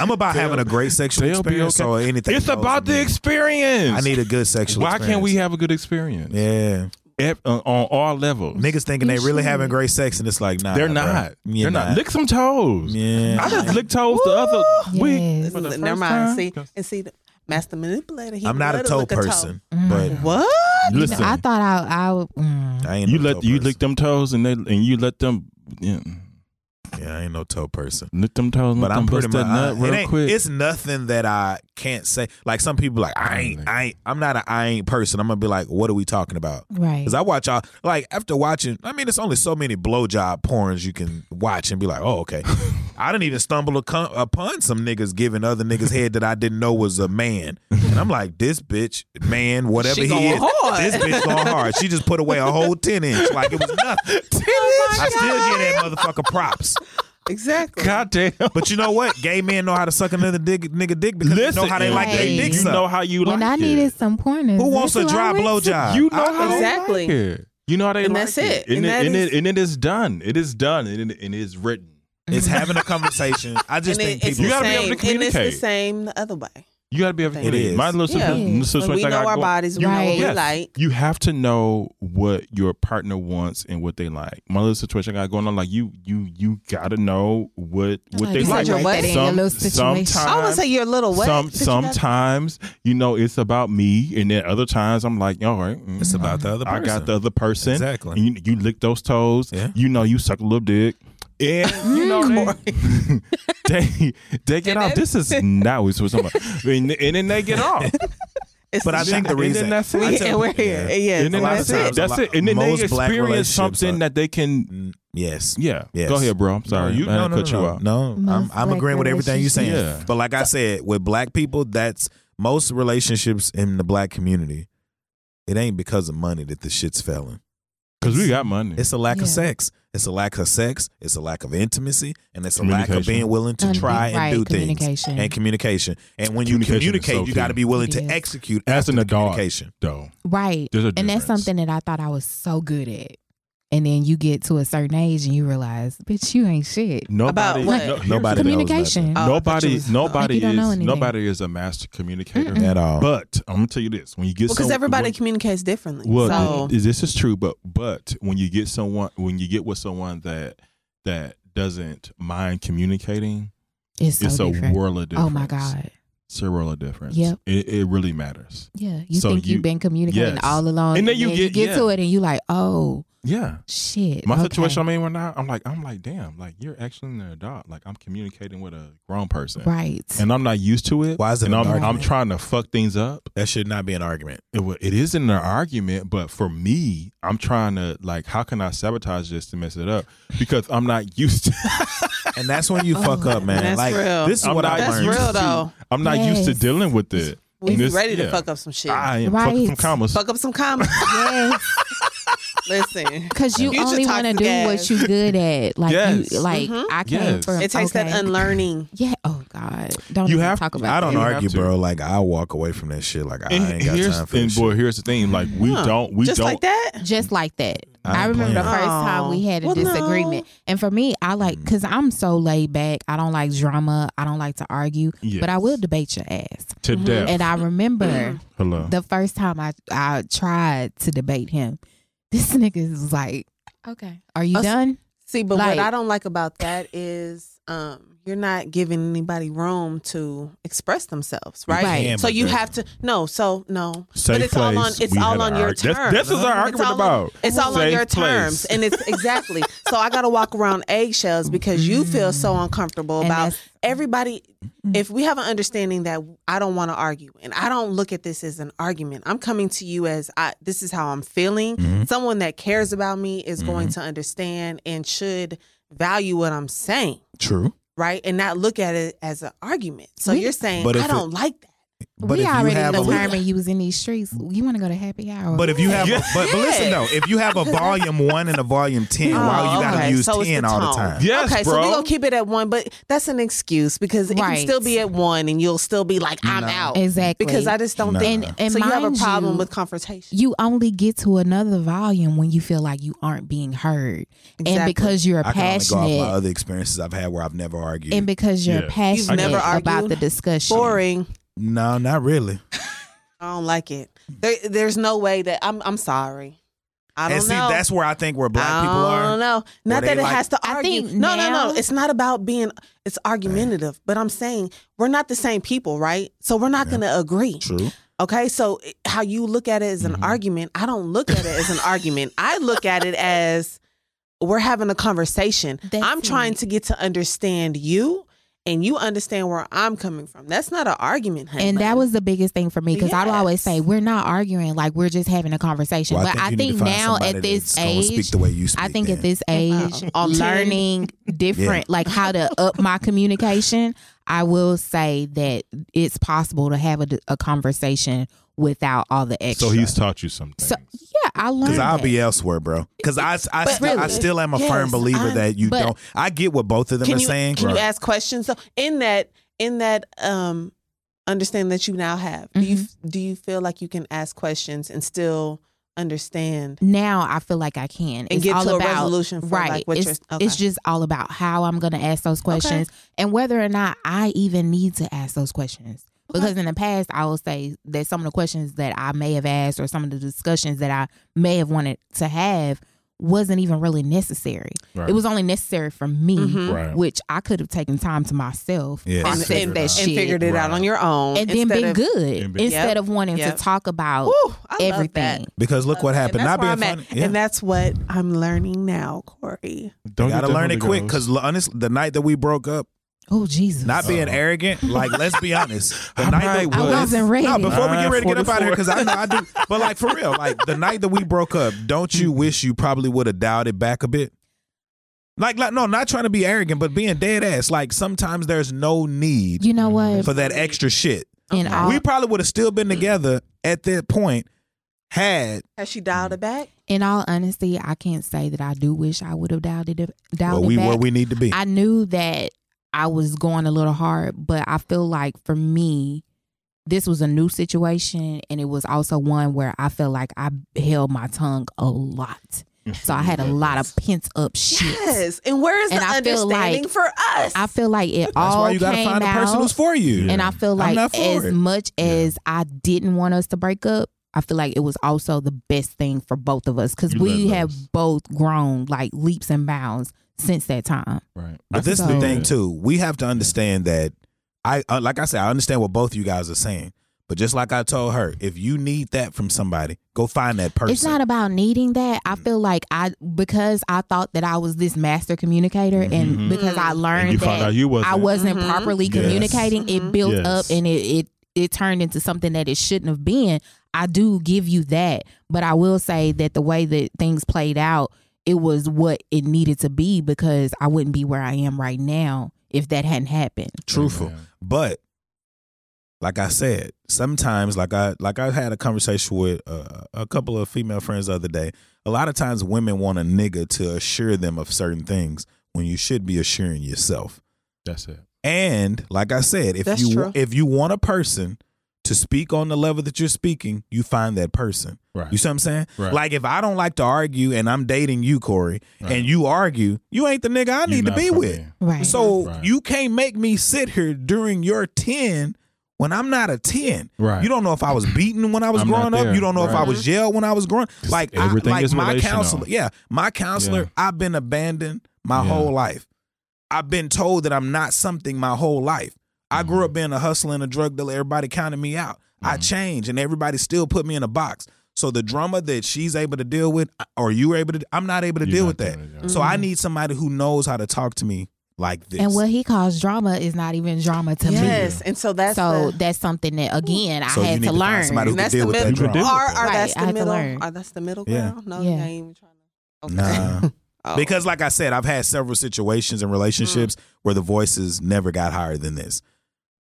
I'm about having a great sexual They'll be experience okay. or anything. It's goes about with the me. experience. I need a good sexual. Why experience. can't we have a good experience? Yeah, Ev- uh, on all levels. niggas thinking they really having great sex, and it's like nah. They're bruh. not. Yeah, They're nah. not. Lick some toes. Yeah. I just licked toes the other week. Yes. for the first Never time. mind. See and see, the master manipulator. He I'm not a love to toe lick toe. Mm-hmm. person, but What? Listen, I thought I I would- mm. I ain't you no let toe you person. lick them toes and they and you let them yeah, Yeah, I ain't no toe person. lick them toes. But let I'm them pretty bust much. that nut it real ain't- quick. It's nothing that I can't say. Like some people, like I ain't, I ain't. I'm not an I ain't person. I'm gonna be like, what are we talking about? right. Because I watch all. Like after watching, I mean, it's only so many blowjob porns you can watch and be like, oh okay. I didn't even stumble aco- upon some niggas giving other niggas head that I didn't know was a man, and I'm like, this bitch, man, whatever She he going is, hard. this bitch going hard. She just put away a whole ten inch, like it was nothing. I still give that motherfucker props. Exactly. God damn. But you know what? Gay men know how to suck another dick, nigga dick because Listen, they know how they like Hey. their dick You sucked. know how you when I like it. needed some pointers. Who wants a that's dry I went to. blowjob? You know I- how they Exactly. like it. You know how they And like that's it. And, And that and is- it, and it is done. It is done. And it, and it is written. It's having a conversation. I just And it- think it's people. You the gotta be able to same. And it's the communicate. same the other way. You got to be able to. It is. My little Yeah. sister, sister When we like know I our go- bodies. We know what Right. we Yes. like. You have to know what your partner wants and what they like. My little situation I got going on, like you, you, you gotta know what what like they you said like. your wedding, your little situation. sometimes, I would say you're a little wet. some, but you gotta- sometimes you know it's about me, and then other times I'm like, all right, mm, It's about the other I person. got the other person. Exactly. And You, you lick those toes. Yeah. You know you suck a little dick. And you Mm. know they, they they get off. This is not what we're talking about. And, and then they get off. It's But the I think the And then reason that's it. I We, tell- and we're here. Yeah. Yes. and then a lot that's of it. times, a That's lot- it. And then they most black experience relationships something are- that they can. Yes. Yeah. Yes. Go ahead, bro. I'm sorry. No, you, I no, had no, to cut no, you no. out. No, I'm, Most I'm black agreeing with everything you're saying. relationships. Yeah. But like I said, with black people, that's most relationships in the black community. It ain't because of money that the shit's failing. Because we got money. It's a lack Yeah. of sex. It's a lack of sex. It's a lack of intimacy, and it's a lack of Communication. being willing to And try right, and do things communication. and communication. And when you Communication is communicate, so you got to key. be willing It to is. execute As after an the adult. Communication. Though. Right. There's a and that's difference. something that I thought I was so good at. And then you get to a certain age and you realize, bitch, you ain't shit. Nobody. what? no- here's Nobody the thing. knows Communication. Oh, I thought you Nobody. was- Like, you Nobody don't know is. anything. Nobody is a master communicator at all. But I'm gonna tell you this: when you get Because some- everybody when- communicates differently. Well, so th- this is true, but but when you get someone, when you get with someone that that doesn't mind communicating, It's so it's a different. world of difference. Oh my God. it's a world of difference. Yep. it, it really matters. Yeah. You So think you- you've been communicating yes. all along. And then you get- to yeah. it and you like, oh Yeah, shit. my okay. situation I'm in right now, I'm like, I'm like, damn, like you're actually an adult. Like I'm communicating with a grown person, Right. and I'm not used to it. Why is it And an I'm I'm argument? trying to fuck things up. That should not be an argument. It, wa- it isn't an argument, but for me, I'm trying to like, how can I sabotage this to mess it up? Because I'm not used to. And that's when you fuck up, man. That's like Oh real. this is I'm what not I That's learned. used real, to- though. I'm not used to Yes. dealing with it. we This- ready to yeah. fuck up some shit. I am fucking some Right. commas. Fuck up some comments. yes. Listen. Because you You should only talk want to to do what guys. you good at. Like Yes. you like I came Yes. from Mm-hmm. It takes okay. that unlearning. Yeah. Oh God. Don't You even have- talk about I don't that. You have argue, to. bro. Like I walk away from that shit. Like I And ain't got here's time for and this. boy, shit. here's the thing. Like we Huh. don't, we Just don't. like that. Just like that. I I ain't remember the playing. first time we had a Well, no. disagreement. And for me, I like Mm. because I'm so laid back. I don't like drama. I don't like to argue. But I Yes. will debate your ass. to Mm-hmm. death. And I remember Hello. the first time I I tried to debate him. This nigga was like, "Okay, are you Us- done?" See, but Like- what I don't like about that is um you're not giving anybody room to express themselves, right? Right. Yeah, So but you the- have to no, so no. Safe but it's all on place, it's we had all on an your arg- terms. that's- that's what's our It's argument all on- about. It's all on Safe your place. terms. And it's exactly. so I gotta walk around eggshells because you feel so Mm. uncomfortable And about that's- everybody if we have an understanding that I don't want to argue and I don't look at this as an argument, I'm coming to you as I this is how I'm feeling. Mm-hmm. Someone that cares about me is going to understand and should value what I'm saying True. right? And not look at it as an argument. So We- you're saying But if I it- don't like that. But we if you already have a determined you was in these streets. You want to go to happy hour? But if you have, a, but, but listen Yes. though, if you have a volume one and a volume ten, why Oh, you gotta okay. use So it's the ten all the tone. time? Yes, okay, bro. so we're gonna keep it at one, but that's an excuse because it Right. can still be at one and you'll still be like, I'm out. exactly Because I just don't Nah. think And- and so you have a mind problem you- with confrontation. you only get to another volume when you feel like you aren't being heard, and Exactly. because you're I can only go off my passionate, other experiences I've had where I've never argued. and because you're Yeah. passionate You've never about argued? the discussion. Boring. no, not really. I don't like it. There, there's no way that I'm I'm sorry. I don't and see, know. that's where I think where black I people are. don't know. Not they that it like- has to I argue. think no, no, now- no. It's not about being. It's argumentative. But I'm saying we're not the same people, right? So we're not going to agree. True. Okay, so it- how you look at it as an Mm-hmm. argument, I don't look at it as an argument. I look at it as we're having a conversation. That's I'm trying it. to get to understand you, and you understand where I'm coming from. That's not an argument, honey. And that was the biggest thing for me because I would always say Yes. we're not arguing, like we're just having a conversation. Well, but I you need think, to find now somebody at this that's gonna age, speak the way you speak. I think then. at this age, Wow. learning different, like how to up my communication, I will say that it's possible to have a, d- a conversation without all the extra. So he's taught you something. So yeah, I learned. Because I'll that. be elsewhere, bro. Because I, I, But st- I really- still am a Yes, firm believer I- that you but- don't. I get what both of them can are you, saying. Can you Right. ask questions? So in that in that um understanding that you now have, do you Mm-hmm. do you feel like you can ask questions and still understand? now I feel like I can. And get all to a about, resolution for, right. like, what it's, you're- okay. it's just all about how I'm going to ask those questions and whether or not I even need to ask those questions. Because in the past, I will say that some of the questions that I may have asked or some of the discussions that I may have wanted to have wasn't even really necessary. Right. It was only necessary for me, Right. which I could have taken time to myself, Yeah, And, processed Mm-hmm. and, that and shit, figured it out on your own, and then instead been of- good And been- instead Yep. of wanting Yep. to talk about Woo, I love that. everything. because look what happened. And that's Not where being I'm at. funny. Yeah. And that's what I'm learning now, Corey. Don't gotta you learn it definitely quick. goes. goes- Because honestly, the night that we broke up, Oh Jesus! not being Uh-oh. arrogant, like let's be honest, the Uh-huh. I'm night not that with I wasn't ready. No, before we get ready to get up out of here, 9:44. because I know I do. But like for real, like the night that we broke up, don't you Mm-hmm. wish you probably would have dialed it back a bit? Like, like, no, not trying to be arrogant, but being dead ass. Like sometimes there's no need you know what? for that extra shit. In Uh-huh. all, we probably would have still been together at that point had Has she dialed it back? Mm. in all honesty, I can't say that I do wish I would have dialed it dialed well, we it back. where we need to be. I knew that I was going a little hard, but I feel like for me, this was a new situation, and it was also one where I felt like I held my tongue a lot. So I had a lot of pent up shit. Yes. And where is And the I feel like- understanding for us? I feel like it That's all why you gotta came find a person out. who's for you. And I feel I'm like not for as it. much as I didn't want us to break up, I feel like it was also the best thing for both of us because You we let have loose. both grown like leaps and bounds since that time. Right. But this is the So- thing too. We have to understand that I uh, like I said I understand what both you guys are saying. But just like I told her, if you need that from somebody, go find that person. It's not about needing that. I feel like I because I thought that I was this master communicator, and because Mm-hmm. I learned And you that found out you wasn't. I wasn't Mhm. properly Yes. communicating, Mm-hmm. it built Yes. up and it, it it turned into something that it shouldn't have been. I do give you that, but I will say that the way that things played out, it was what it needed to be because I wouldn't be where I am right now if that hadn't happened. truthful. Amen. But like I said, sometimes like I like I had a conversation with uh, a couple of female friends the other day. A lot of times women want a nigga to assure them of certain things when you should be assuring yourself. That's it. And like I said, if That's you true. if you want a person to speak on the level that you're speaking, you find that person. Right. You see what I'm saying? Right. Like if I don't like to argue and I'm dating you, Corey, Right. and you argue, you ain't the nigga I You're need to not be for with. me. Right. So Right. you can't make me sit here during your 10 when I'm not a 10. Right. You don't know if I was beaten when I was I'm not growing up. there. You don't know if I Right. was yelled when I was growing Like, I, everything like is my relational. counselor. Yeah. My counselor, Yeah. I've been abandoned my Yeah. whole life. I've been told that I'm not something my whole life. I Mm-hmm. grew up being a hustler and a drug dealer. Everybody counted me out. I changed, and everybody still put me in a box. So the drama that she's able to deal with, uh, or you're able to, I'm not able to You're deal not with that. doing it, yeah. So I need somebody who knows how to talk to me like this. Mm-hmm. And what he calls drama is not even drama to yes, me. and so that's so the, that's something that again So I you had need to to find learn. somebody who- that's deal the with that middle. You can deal Or, with or that. Right, that's I had the to middle. learn. Or that's the middle Yeah. ground. No, Yeah. you ain't trying to. Okay. Nah. Oh. Mm. Because, like I said, I've had several situations and relationships where the voices never got higher than this.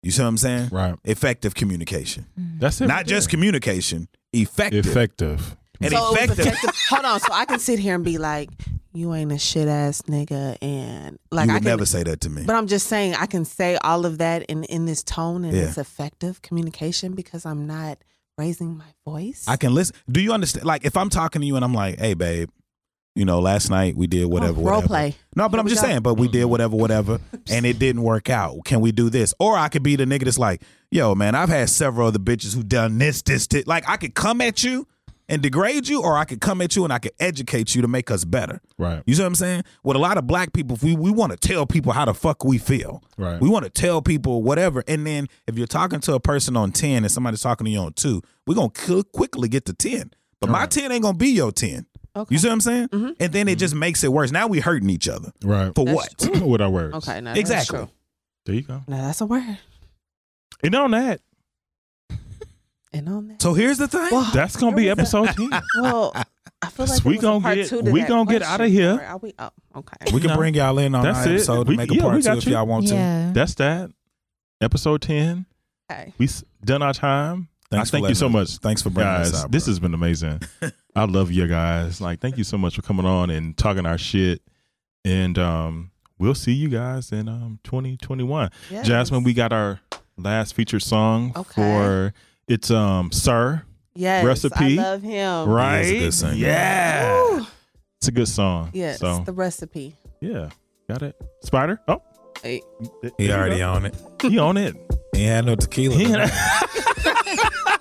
You see what I'm saying? Right. Effective communication, Mm. That's it. not just communication, effective. effective. And so it was effective. effective. Hold on, so I can sit here and be like, "You ain't a shit ass nigga," and like you I would can never say that to me. But I'm just saying I can say all of that in in this tone and Yeah. it's effective communication because I'm not raising my voice. I can listen. Do you understand? Like, if I'm talking to you and I'm like, "Hey, babe, you know, last night we did whatever, Oh, role whatever." play. No, but Here I'm we just go. saying. But we did whatever, whatever, and it didn't work out. Can we do this? Or I could be the nigga that's like, "Yo, man, I've had several other bitches who done this, this, this." Like, I could come at you and degrade you, or I could come at you and I could educate you to make us better. Right. You see what I'm saying? With a lot of black people, if we we want to tell people how the fuck we feel. Right. We want to tell people whatever. And then if you're talking to a person on 10 and somebody's talking to you on 2, we're going to quickly get to 10. But my 10 ain't going to be your 10. Okay. Mm-hmm. You see what I'm saying? And then it just makes it worse. Now we hurting each other. Mm-hmm. Right. For That's what? true. With our words. Okay, now Exactly. That's true. There you go. Now that's a word. And on that, And on that. So here's the thing. Well, that's gonna be there was a- episode ten. well, I feel like We there was a gonna part get- two to we that gonna get outta question. here. Or Are we? Oh, okay. we can No. bring y'all in on That's our it. episode We- and make a yeah, we part two got if you. y'all want to. yeah. That's that. Episode ten. okay. We s- done our time. Thanks I for thank you letting so us- much. Thanks for bringing guys. us out. this bro. has been amazing. I love you guys. Like, thank you so much for coming on and talking our shit. And um, we'll see you guys in um 2021. Yes. Jasmine, we got our last featured song Okay. for it's um Sir. Yes. recipe, I love him. Right. It is a good singer. Yeah. Ooh. It's a good song. Yes. So The recipe. yeah. Got it. Spider? Oh. Hey. th- he there you already go. on it. He on it. He ain't had no tequila. He, in-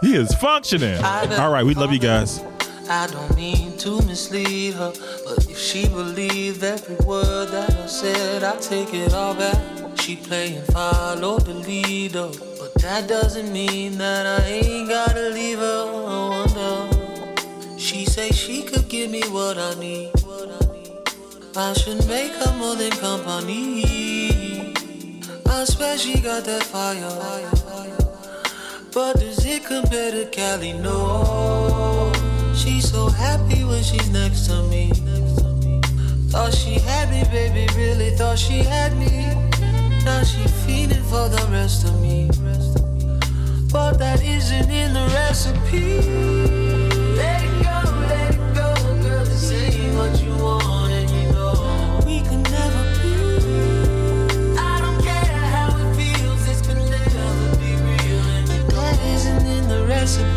He is functioning. All right, we love you guys. I don't mean to mislead her, but if she believed every word that I said, I take it all back. She playing follow the leader, but that doesn't mean that I ain't gotta leave her. I wonder. She say she could give me what I need. I should make her more than company. I swear she got that fire. But does it compare to Cali? No. She's so happy when she's next to me. Thought she had me, baby, really thought she had me. Now she feeding for the rest of me. But that isn't in the recipe. Let it go, let it go, girl. This ain't what you want, and you know we could never be. I don't care how it feels, this could never be real. And if that isn't in the recipe.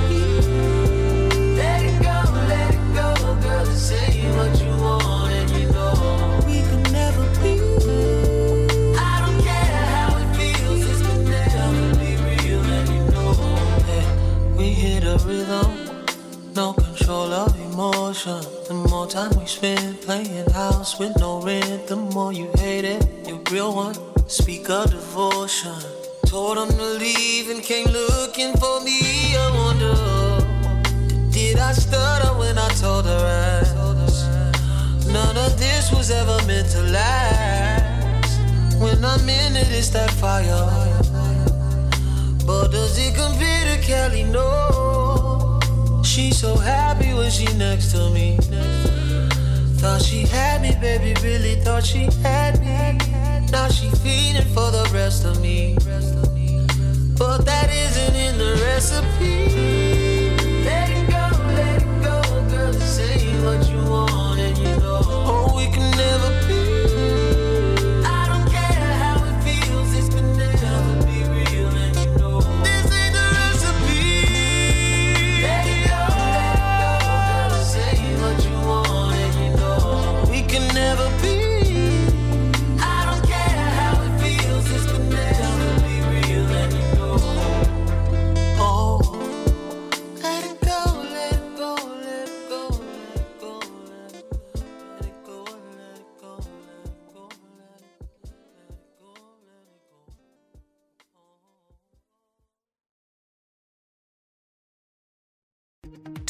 Let it go, let it go, girl. This ain't what you want, and you know we could never be. I don't care how it feels, this could never be real, and you know that we hit a rhythm. No control of emotion. The more time we spend playing house with no rent, the more you hate it. You real one. Speak of devotion. Told him to leave and came looking for me. I wonder, did I stutter when I told her? I? None of this was ever meant to last. When I'm in it, it's that fire. But does it compare to Kelly? No. She's so happy when she next to me. Thought she had me, baby, really thought she had me. Now she feeding for the rest of me. But that isn't in the recipe. Let it go, let it go, girl. This ain't what you want, and you know. Oh, we can never be. I don't care how it feels, this could never be real, and you know. This ain't the recipe. Let it go, let it go, girl. This ain't what you want, and you know. We can never be. I don't care how it feels, this could never be real, and you know. Oh,